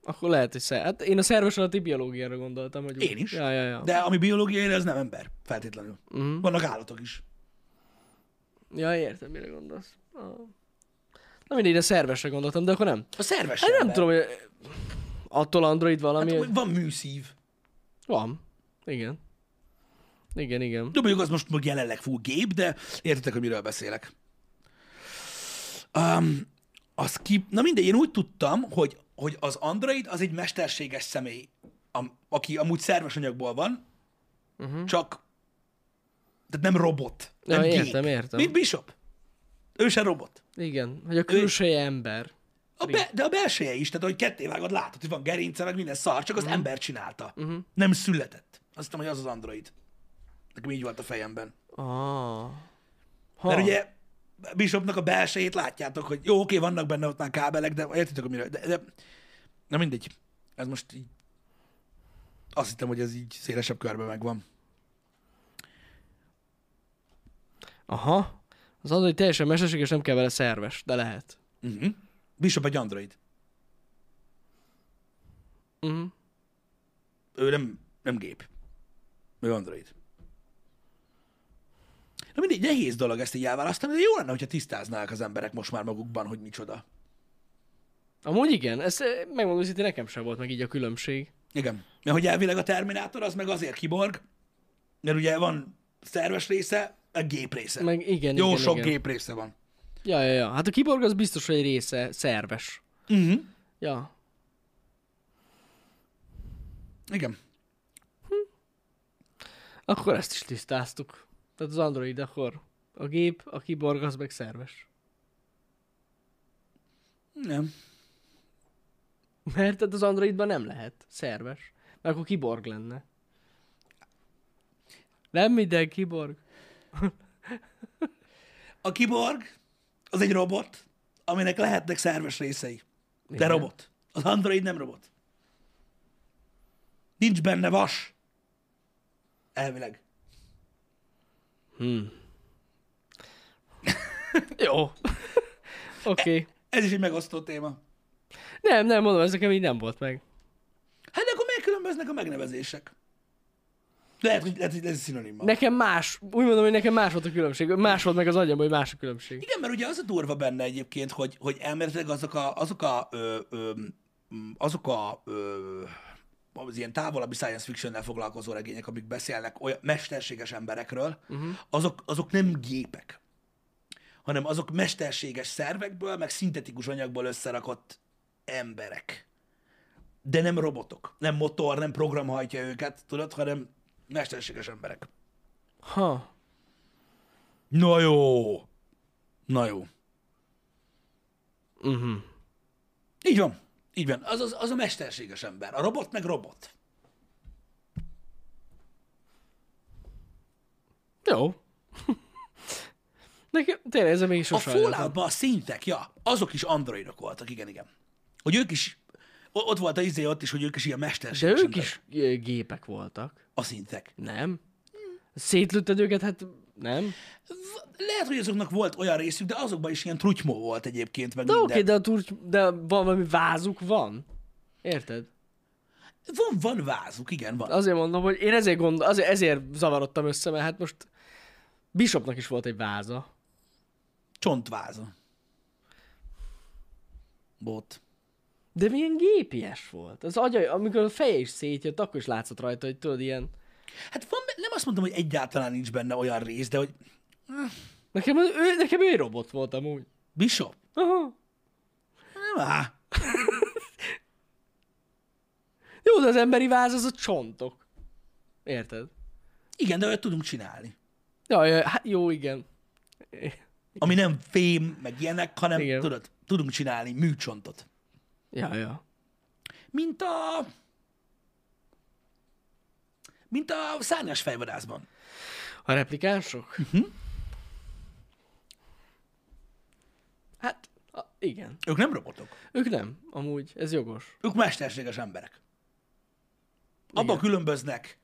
S2: Akkor lehet, hogy szer... Hát én a szerves alatti biológiára gondoltam. Hogy
S1: Én is.
S2: Ja, ja, ja.
S1: De ami biológiai, az nem ember, feltétlenül.
S2: Mhm.
S1: Vannak állatok is.
S2: Ja, értem, mire gondolsz. Ah. Na mindegy, de szervesre gondoltam, de akkor nem.
S1: A szerves
S2: Hát nem
S1: ember.
S2: tudom, hogy attól Android valami...
S1: Hát, van műszív.
S2: Van. Igen. Igen, igen.
S1: De mondjuk az most még jelenleg full gép, de értitek, hogy miről beszélek. Um, az ki... Na mindegy, én úgy tudtam, hogy, hogy az Android az egy mesterséges személy, am, aki amúgy szerves anyagból van,
S2: Mhm.
S1: uh-huh. csak tehát nem robot,
S2: Ja,
S1: nem gép.
S2: értem, értem.
S1: Mint Bishop. Ő se robot.
S2: Igen, hogy a külseje ember.
S1: A be, de a belseje is, tehát hogy kettévágod, látod, hogy van gerince, meg minden szar, csak az uh-huh. ember csinálta. Uh-huh. Nem született. Azt hittem, hogy az az Android. Nekem így volt a fejemben.
S2: Ah. Ha.
S1: Mert ugye Bishopnak a belsejét látjátok, hogy jó, oké, vannak benne ott már kábelek, de értitek, hogy miről. De, de, na mindegy. Ez most így... Azt hittem, hogy ez így szélesebb körben megvan.
S2: Aha. Az Android teljesen mesterséges, nem kell vele szerves, de lehet.
S1: Uh-huh. Bishop egy android.
S2: Uh-huh.
S1: Ő nem, nem gép. Ő android. Na mindegy, nehéz dolog ezt így elválasztani, de jó lenne, hogyha tisztáznák az emberek most már magukban, hogy micsoda.
S2: Amúgy igen, ez eh, megmondom őszintén, nekem sem volt meg így a különbség.
S1: Igen. Mert hogy elvileg a Terminátor az meg azért kiborg, mert ugye van szerves része, meg gép része.
S2: Meg igen,
S1: Jó
S2: igen,
S1: sok
S2: igen.
S1: gép része van.
S2: Ja, ja, ja. Hát a kiborg az biztos, hogy egy része szerves.
S1: Uh-huh.
S2: Ja.
S1: Igen.
S2: Akkor ezt is tisztáztuk. Tehát az Android akkor a gép, a kiborg az meg szerves.
S1: Nem.
S2: Mert tehát az Androidban nem lehet szerves. Mert akkor kiborg lenne. Nem minden kiborg.
S1: A kiborg az egy robot, aminek lehetnek szerves részei. De
S2: Igen.
S1: robot. Az android nem robot. Nincs benne vas. Elvileg.
S2: Jó. Oké. Okay.
S1: Ez is egy megosztó téma.
S2: Nem, nem, mondom, ez nekem így nem volt meg.
S1: Hát de akkor miért különböznek a megnevezések? Lehet, hogy, lehet, hogy ez szinonima.
S2: Nekem más, úgy mondom, hogy nekem más volt a különbség. Más volt meg az agyamban, hogy más a különbség.
S1: Igen, mert ugye az a durva benne egyébként, hogy, hogy elméletileg azok a, azok a, ö, ö, m, azok a ö, az ilyen távolabbi science fiction-nel foglalkozó regények, amik beszélnek olyan mesterséges emberekről, uh-huh. azok, azok nem gépek, hanem azok mesterséges szervekből, meg szintetikus anyagból összerakott emberek. De nem robotok, nem motor, nem program hajtja őket, tudod, hanem mesterséges emberek.
S2: Ha.
S1: Na jó. Na jó.
S2: Uh-huh.
S1: Így van. Így van. Az, az, az a mesterséges ember. A robot meg robot.
S2: Jó. Nekem tényleg ez még
S1: A
S2: sosem.
S1: fallout a szintek, ja, azok is androidok voltak, igen, igen. Hogy ők is, o- ott volt a izé ott is, hogy ők is ilyen
S2: De
S1: mesterséges
S2: ők
S1: emberek.
S2: is ö, gépek voltak.
S1: A szintek.
S2: Nem? Szétlőtted őket, hát nem.
S1: V- Lehet, hogy azoknak volt olyan részük, de azokban is ilyen trutymó volt egyébként, meg
S2: De
S1: minden.
S2: oké, de a turcs, de van valami vázuk van. Érted?
S1: Van, van vázuk, igen, van.
S2: Azért mondom, hogy én ezért, gond, azért, ezért zavarodtam össze, mert hát most Bishopnak is volt egy váza.
S1: Csontváza. Bot.
S2: De milyen gépies volt. Az agya, amikor a feje is szétjött, akkor is látszott rajta, hogy tudod, ilyen...
S1: Hát van, nem azt mondom, hogy egyáltalán nincs benne olyan rész, de hogy
S2: Nekem az- ő, nekem ő robot volt amúgy.
S1: Bishop,
S2: Aha.
S1: nem á.
S2: Jó, de az emberi váz az a csontok. Érted?
S1: Igen, de olyat tudunk csinálni.
S2: Jaj, jaj, hát jó, igen.
S1: Ami nem fém, meg ilyenek, hanem
S2: Igen.
S1: tudod, tudunk csinálni műcsontot.
S2: Ja, ja.
S1: Mint a... Mint a szárnyas fejvadászban.
S2: A replikánsok?
S1: Mhm.
S2: Hát, a, igen.
S1: Ők nem robotok.
S2: Ők nem, amúgy. Ez jogos.
S1: Ők mesterséges emberek. Abban különböznek,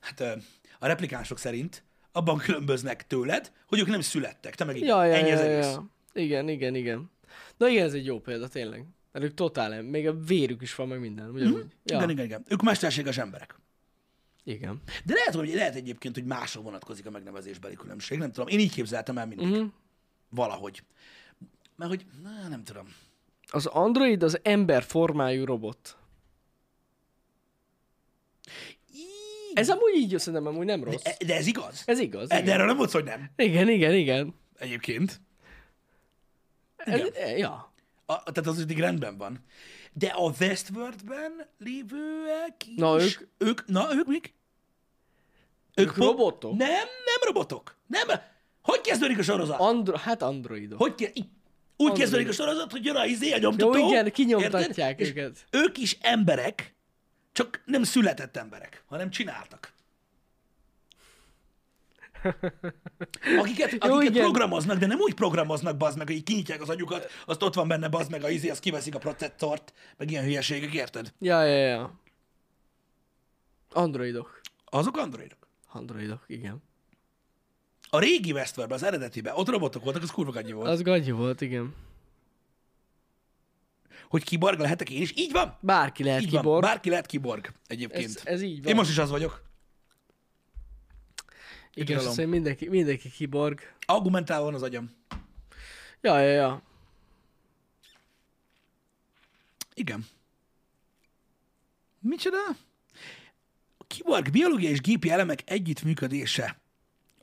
S1: hát ö, a replikánsok szerint, abban különböznek tőled, hogy ők nem születtek. Te meg igen.
S2: Ja, ja,
S1: Ennyi
S2: ja,
S1: az
S2: ja,
S1: egész.
S2: ja. Igen, igen, igen. Na igen, ez egy jó példa, tényleg. Mert ők totál, még a vérük is van, meg minden, ugyanúgy. Mm-hmm. Ja,
S1: Mhm. Hm? Igen,
S2: igen.
S1: igen, igen. Ők mesterséges emberek.
S2: igen.
S1: De lehet, hogy lehet egyébként, hogy másra vonatkozik a megnevezésbeli különbség. Nem tudom, én így képzeltem el mindig.
S2: Mhm.
S1: Uh-huh. Valahogy. Mert hogy, na, nem tudom.
S2: Az android az ember formájú robot.
S1: Í-
S2: Ez amúgy így, szerintem amúgy nem rossz.
S1: De- De ez igaz?
S2: Ez igaz.
S1: De
S2: Igen,
S1: erről nem volt, szó, hogy nem.
S2: igen, igen. igen.
S1: Egyébként.
S2: Ez, e, ja.
S1: A, tehát az eddig rendben van. De a Westworldben lévőek is...
S2: Na, ők-
S1: ők na, ők mik? Ők, pont-
S2: robotok?
S1: Nem, nem robotok. Nem. Hogy kezdődik a sorozat? A...
S2: Andro- hát androidok.
S1: Hogy ke... í- Úgy kezdődik a sorozat, hogy jön a izé, a nyomtató.
S2: Jó, igen, kinyomtatják
S1: érted? És
S2: őket.
S1: Ők is emberek, csak nem született emberek, hanem csináltak. Akiket, akiket
S2: igen.
S1: programoznak, de nem úgy programoznak, bazd meg, hogy így kinyitják az agyukat, azt ott van benne, bazd meg, a izé, azt kiveszik a processzort, meg ilyen hülyeségek, érted?
S2: Ja, ja, ja. Androidok.
S1: Azok androidok.
S2: Androidok, igen.
S1: A régi Westworldben, az eredetiben, ott robotok voltak, az kurva annyi volt.
S2: Az gagyi volt, igen.
S1: Hogy kiborg lehetek én is, így van!
S2: Bárki lehet
S1: Így van,
S2: kiborg.
S1: bárki lehet kiborg egyébként.
S2: ez, ez így van.
S1: Én most is az vagyok.
S2: igen, azt
S1: uralom.
S2: hiszem, mindenki, mindenki kiborg.
S1: Argumentálva van az agyam.
S2: Ja, ja, ja.
S1: Igen. Micsoda? A kiborg biológia és gépi elemek együttműködése.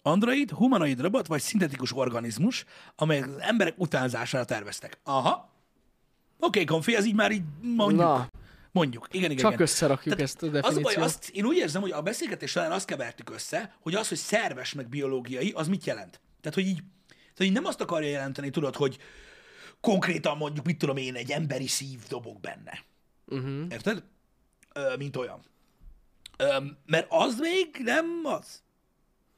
S1: Android, humanoid robot vagy szintetikus organizmus, amelyek az emberek utánzására terveztek. Aha. Oké, okay, konfi, ez így már így mondjuk.
S2: Na.
S1: Mondjuk. Igen, igen,
S2: Csak
S1: igen.
S2: összerakjuk ezt a
S1: Az a baj,
S2: definíciót.
S1: azt, én úgy érzem, hogy a beszélgetés során azt kevertük össze, hogy az, hogy szerves meg biológiai, az mit jelent. Tehát, hogy így, tehát, így nem azt akarja jelenteni, tudod, hogy konkrétan mondjuk, mit tudom én, egy emberi szív dobok benne.
S2: Mhm.
S1: Uh-huh. Érted? Ö, mint olyan. Ö, mert az még nem az.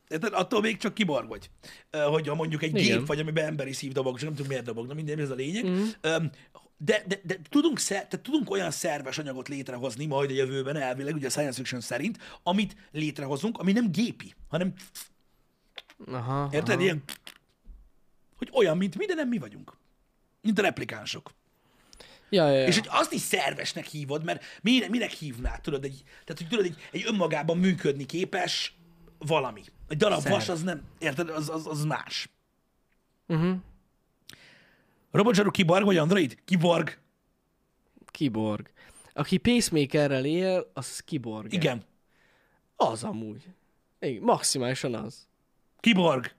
S1: Érted? Attól még csak kiborg vagy. Ö, Hogyha mondjuk egy Igen.
S2: Igen.
S1: gép vagy, amiben emberi szív dobog, csak nem tudom miért dobog, de mindegy, ez a lényeg. Mm. De, de, de tudunk, szer, tehát tudunk olyan szerves anyagot létrehozni majd a jövőben elvileg, ugye a science fiction szerint, amit létrehozunk, ami nem gépi, hanem
S2: Aha.
S1: érted? Ilyen, hogy olyan, mint mi, de nem mi vagyunk. Mint a replikánsok.
S2: Ja, ja, ja.
S1: És hogy azt is szervesnek hívod, mert minek, minek hívnád, tudod, egy, tehát, hogy tudod, egy, egy önmagában működni képes valami. Egy darab
S2: Szerb.
S1: vas, az nem, érted, az, az, az más.
S2: Uh-huh.
S1: Robot Zsaru kiborg vagy android? Kiborg.
S2: Kiborg. Aki pacemakerrel él, az kiborg.
S1: Igen.
S2: Az amúgy. Igen, maximálisan az.
S1: Kiborg.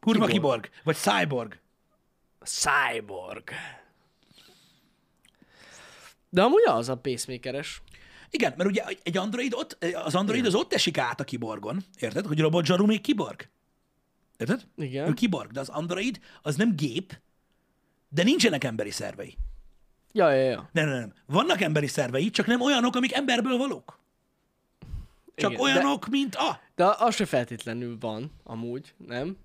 S1: Kurva
S2: Kiborg.
S1: kiborg. Vagy cyborg.
S2: Cyborg. De amúgy az a pacemakeres.
S1: Igen, mert ugye egy android ott, az android az ott esik át a kiborgon, érted? Hogy Robot Zsaru még kiborg. Érted?
S2: Igen.
S1: Ő kiborg, de az android az nem gép, de nincsenek emberi szervei.
S2: Ja, ja, ja.
S1: Nem, nem, nem. Vannak emberi szervei, csak nem olyanok, amik emberből valók. Csak
S2: Igen, de-
S1: Igen, olyanok, de... mint a...
S2: De az se feltétlenül van, amúgy, nem?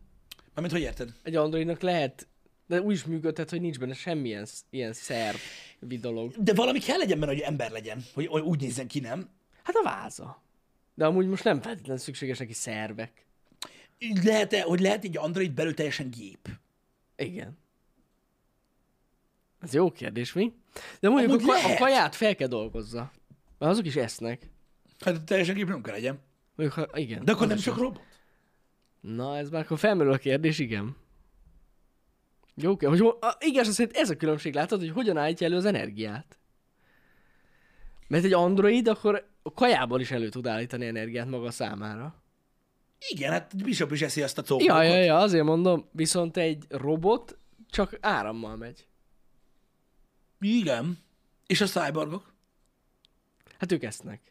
S1: Mármint, hogy érted?
S2: Egy androidnak lehet, de úgy is működhet, hogy nincs benne semmilyen sz- ilyen szerv dolog.
S1: De valami kell legyen benne, hogy ember legyen, hogy oly- úgy nézzen ki, nem?
S2: Hát a váza. De amúgy most nem feltétlenül szükséges neki szervek.
S1: Így Lehet-e, hogy lehet egy android belül teljesen gép?
S2: Igen. Ez jó kérdés, mi? De mondjuk
S1: Amúgy
S2: a, ka- a
S1: lehet.
S2: kaját fel kell dolgozza. Mert azok is esznek.
S1: Hát teljesen gép nem kell legyen.
S2: Mondjuk, ha, igen.
S1: De akkor
S2: az
S1: nem
S2: is
S1: csak
S2: jó.
S1: robot.
S2: Na, ez már akkor felmerül a kérdés, igen. Jó, oké, hogy ho- a, igen, azt szerint ez a különbség, látod, hogy hogyan állítja elő az energiát. Mert egy android akkor a kajából is elő tud állítani energiát maga számára.
S1: Igen, hát Bishop is eszi azt a cókot.
S2: Ja, ja, ja, azért mondom, viszont egy robot csak árammal megy.
S1: Igen. És a cyborgok?
S2: Hát ők esznek.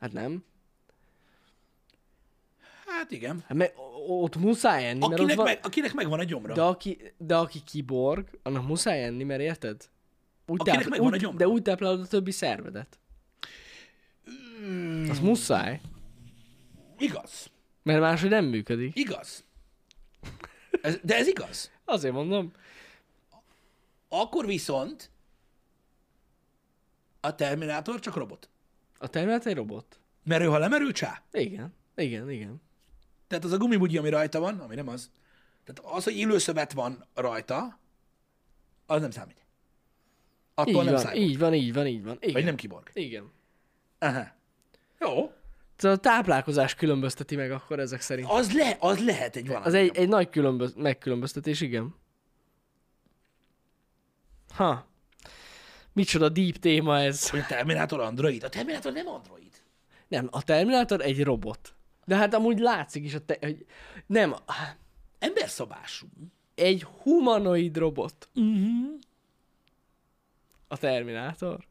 S2: Hát nem.
S1: Hát igen.
S2: Hát mert o- ott muszáj enni, mert ott
S1: Akinek,
S2: van...
S1: meg, akinek megvan a gyomra.
S2: De aki, de aki kiborg, annak muszáj enni, mert érted? Úgy
S1: Akinek
S2: tápl-
S1: megvan a
S2: úgy,
S1: gyomra.
S2: de úgy táplálod a többi szervedet.
S1: Mm.
S2: Az muszáj,
S1: Igaz.
S2: mert máshogy nem működik.
S1: Igaz. Ez, de ez igaz.
S2: Azért mondom.
S1: Akkor viszont a Terminátor csak robot.
S2: A termelet egy robot.
S1: Mert ő, ha lemerül, csá.
S2: Igen, igen, igen.
S1: Tehát az a gumibugyi, ami rajta van, ami nem az. Tehát az, hogy élőszövet van rajta, az nem számít. Attól
S2: Így
S1: nem
S2: van,
S1: számít.
S2: így van, így van, így van. Igen.
S1: Vagy nem kiborg.
S2: Igen.
S1: Aha. Jó.
S2: Tehát a táplálkozás különbözteti meg akkor ezek szerint.
S1: Az, le, az lehet egy valami.
S2: Az egy, egy nagy különböz, megkülönböztetés, igen. Ha. Micsoda deep téma ez.
S1: Hogy a Terminátor android. A Terminátor nem android.
S2: Nem, a Terminátor egy robot. De hát amúgy látszik is, a te- hogy nem,
S1: Emberszabású.
S2: egy humanoid robot
S1: Uh-huh.
S2: a Terminátor.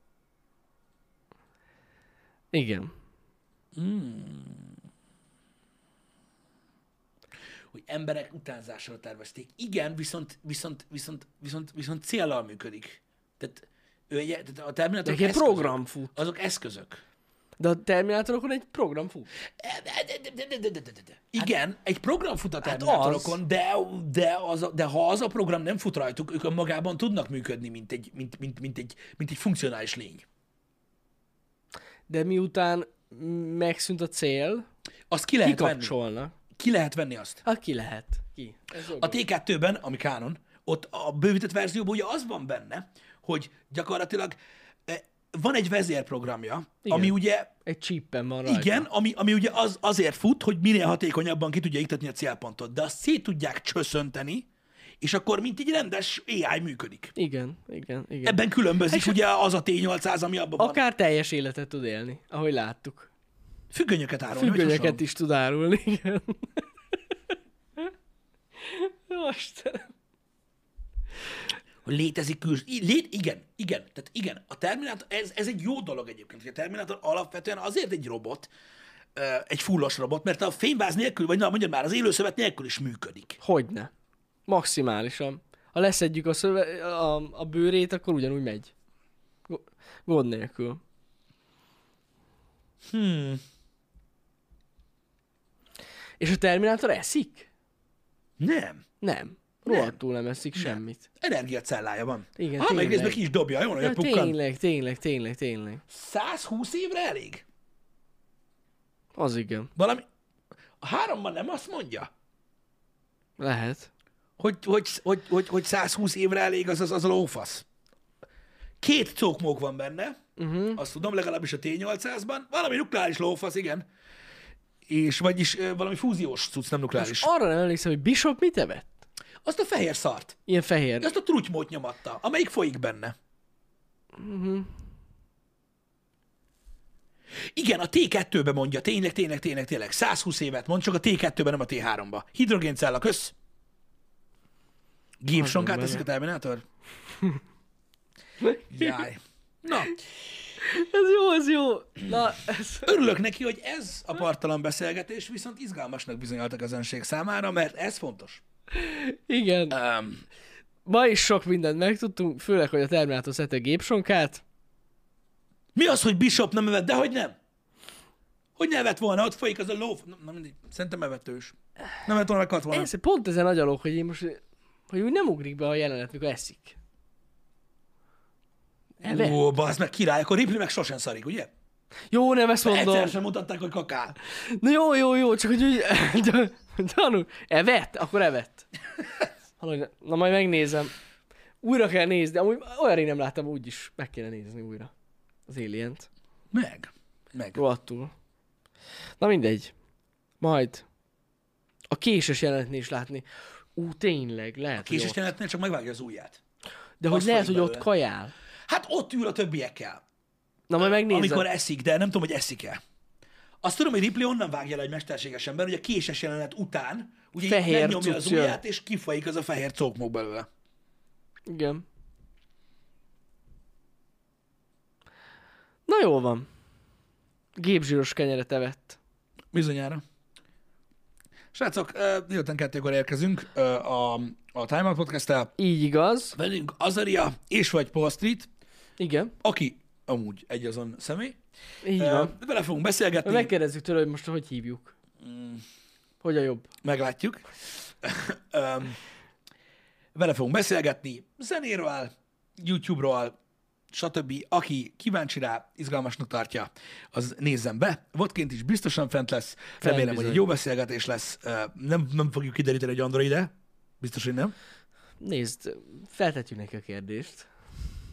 S2: Igen.
S1: Hogy emberek utánzásra tervezték. Igen, viszont, viszont, viszont, viszont, viszont céllal működik. Tehát, ő egy, tehát a Terminátor
S2: Egy ilyen
S1: eszközök.
S2: program fut.
S1: Azok eszközök.
S2: De a Terminátorokon egy program fut.
S1: Igen, egy program fut a
S2: az.
S1: terminátorokon, de, de, az a, de ha az a program nem fut rajtuk, ők önmagában tudnak működni, mint egy, mint, mint, mint egy, mint egy funkcionális lény.
S2: De miután megszűnt a cél,
S1: Azt ki lehet, venni.
S2: kikapcsolnak.
S1: ki lehet venni azt.
S2: Hát ki lehet? Ki? Ez jó
S1: A T2-ben, ami kánon, ott a bővített verzióban ugye az van benne, hogy gyakorlatilag eh, van egy vezérprogramja,
S2: Igen.
S1: Igen. ami ugye
S2: Egy csíppen van rajta.
S1: Igen, ami, ami ugye az, azért fut, hogy minél hatékonyabban ki tudja iktatni a célpontot, de azt szét tudják csöszönteni, és akkor mint egy rendes AI működik.
S2: Igen, igen, igen.
S1: Ebben különbözik ugye az a T800, ami abban van.
S2: Akár teljes életet tud élni, ahogy láttuk.
S1: Függönyöket árulni. vagy
S2: Függönyöket
S1: hasonló.
S2: is tud árulni, igen. Jó, Istenem.
S1: Hogy Létezik küls... i- Lét... Igen, igen. Tehát igen, a Terminátor, ez, ez egy jó dolog egyébként, hogy a Terminátor alapvetően azért egy robot, ö, egy fullos robot, mert a fényváz nélkül, vagy na, mondjad már, az élőszövet nélkül is működik.
S2: Hogyne. Maximálisan. Ha leszedjük a, szöve, a, a bőrét, akkor ugyanúgy megy. Go- Gond nélkül.
S1: Hmm.
S2: És a Terminátor eszik?
S1: Nem.
S2: Nem. Rohadtul nem eszik semmit.
S1: Energiacellája van.
S2: Igen,
S1: ha, meg
S2: tényleg.
S1: részben ki is dobja, jó,
S2: Ja,
S1: nagyon pukkan.
S2: tényleg, tényleg, tényleg, tényleg.
S1: 120 évre elég?
S2: Az igen.
S1: Valami... A háromban nem azt mondja,
S2: Lehet.
S1: hogy, hogy, hogy, hogy, hogy 120 évre elég az, az, az a lófasz. Két cókmók van benne, uh-huh. azt tudom, legalábbis a T-800-ban. Valami nukleáris lófasz, igen. és vagyis ö, valami fúziós cucc, nem nukleáris.
S2: És arra nem emlékszem, hogy Bishop mit evett?
S1: Azt a fehér szart,
S2: Ilyen fehér.
S1: azt a trutymót nyomatta, amelyik folyik benne. Igen, a T2-be mondja, tényleg, tényleg, tényleg, tényleg, 120 évet mond, csak a T2-be, nem a T3-ba. Hidrogéncella, kösz! Gépsonkát
S2: Nagyon
S1: teszik a Terminátor? Jaj. Na,
S2: Ez jó, ez jó. Na, ez...
S1: örülök neki, hogy ez a partalan beszélgetés viszont izgalmasnak bizonyalt a közönség számára, mert ez fontos.
S2: Igen.
S1: Um,
S2: Ma is sok mindent megtudtunk, főleg, hogy a Terminátor szereti a gépsonkát.
S1: Mi az, hogy Bishop nem evett? Dehogy nem. Hogy ne evett volna? Ott folyik az a lóf. Na, na mindegy. Szerintem evetős. Nem evett volna, meghalt volna.
S2: Ez, pont ezen agyalok, hogy én most, hogy úgy nem ugrik be a jelenet, mikor eszik. Eve?
S1: Ó, bazd meg király, akkor Ripley meg sosem szarik, ugye?
S2: Jó, nem ezt mondom.
S1: Egyszer sem mutatták, hogy kakál.
S2: Na jó, jó, jó, csak hogy úgy... Gyanú, evett? Akkor evett. Valahogy- Na majd megnézem. Újra kell nézni, amúgy olyan rég nem láttam, úgyis meg kéne nézni újra. Az Alien-t.
S1: Meg. Meg.
S2: Rohadtul. Na mindegy. Majd. A késes jelenetnél is látni. Ú, tényleg, lehet, hogy
S1: Késés
S2: ott-
S1: jelenetnél csak megvágja az ujját.
S2: De hogy
S1: azt
S2: lehet, hogy
S1: fogjuk
S2: ott
S1: belőle.
S2: kajál.
S1: Hát ott ül a többiekkel,
S2: Na majd megnézem.
S1: amikor eszik, de nem tudom, hogy eszik-e. Azt tudom, hogy Ripley onnan vágja le egy mesterséges ember, hogy a késes jelenet után ugye
S2: Fehér
S1: fehér nyomja az
S2: cucc jön.
S1: ujját, és kifolyik az a fehér cókmok belőle.
S2: Igen. Na jól van. Gépzsíros kenyeret evett.
S1: Bizonyára. Srácok, ö, délután kettőkor érkezünk ö, a, a Time Out podcast
S2: Így igaz.
S1: Velünk Azaria és vagy Paul Street,
S2: Igen.
S1: aki amúgy egy azon személy.
S2: Így
S1: Ö,
S2: van.
S1: Vele fogunk beszélgetni,
S2: Majd megkérdezzük tőle, hogy most hogy hívjuk. Mm. Hogy a jobb?
S1: meglátjuk. Ö, Vele fogunk beszélgetni zenéről, YouTube-ról, stb. Aki kíváncsi rá, izgalmasnak tartja, az nézzen be. Vodként is biztosan fent lesz. Remélem, hogy
S2: bizony.
S1: egy jó beszélgetés lesz. Ö, Nem, nem fogjuk kideríteni, hogy Android ide. Biztos, hogy nem.
S2: Nézd, feltetjük neki a kérdést,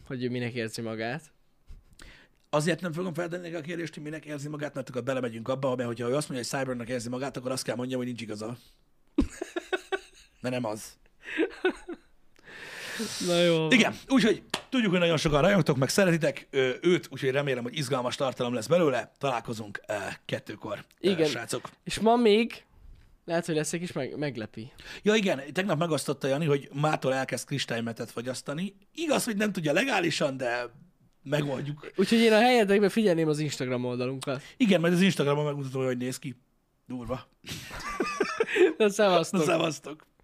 S2: hogy ő minek érzi magát.
S1: Azért nem fogom feltenni neki a kérdést, hogy minek érzi magát, mert akkor belemegyünk abba, mert hogyha ő azt mondja, hogy Cybernak érzi magát, akkor azt kell mondjam, hogy nincs igaza. Mert nem az.
S2: Na jó. Igen.
S1: Igen, úgyhogy tudjuk, hogy nagyon sokan rajongtok, meg szeretitek ö, őt, úgyhogy remélem, hogy izgalmas tartalom lesz belőle. Találkozunk ö, kettőkor, ö,
S2: Igen.
S1: srácok.
S2: És ma még lehet, hogy lesz egy kis meg- meglepi.
S1: Ja igen, tegnap megosztotta Jani, hogy mától elkezd kristálymetet fogyasztani. Igaz, hogy nem tudja legálisan, de megoldjuk.
S2: Úgyhogy én a helyetekben figyelném az Instagram oldalunkat.
S1: Igen, majd az Instagramon megmutatom, hogy hogy néz ki. Durva.
S2: Na szevasztok!
S1: Szevasztok!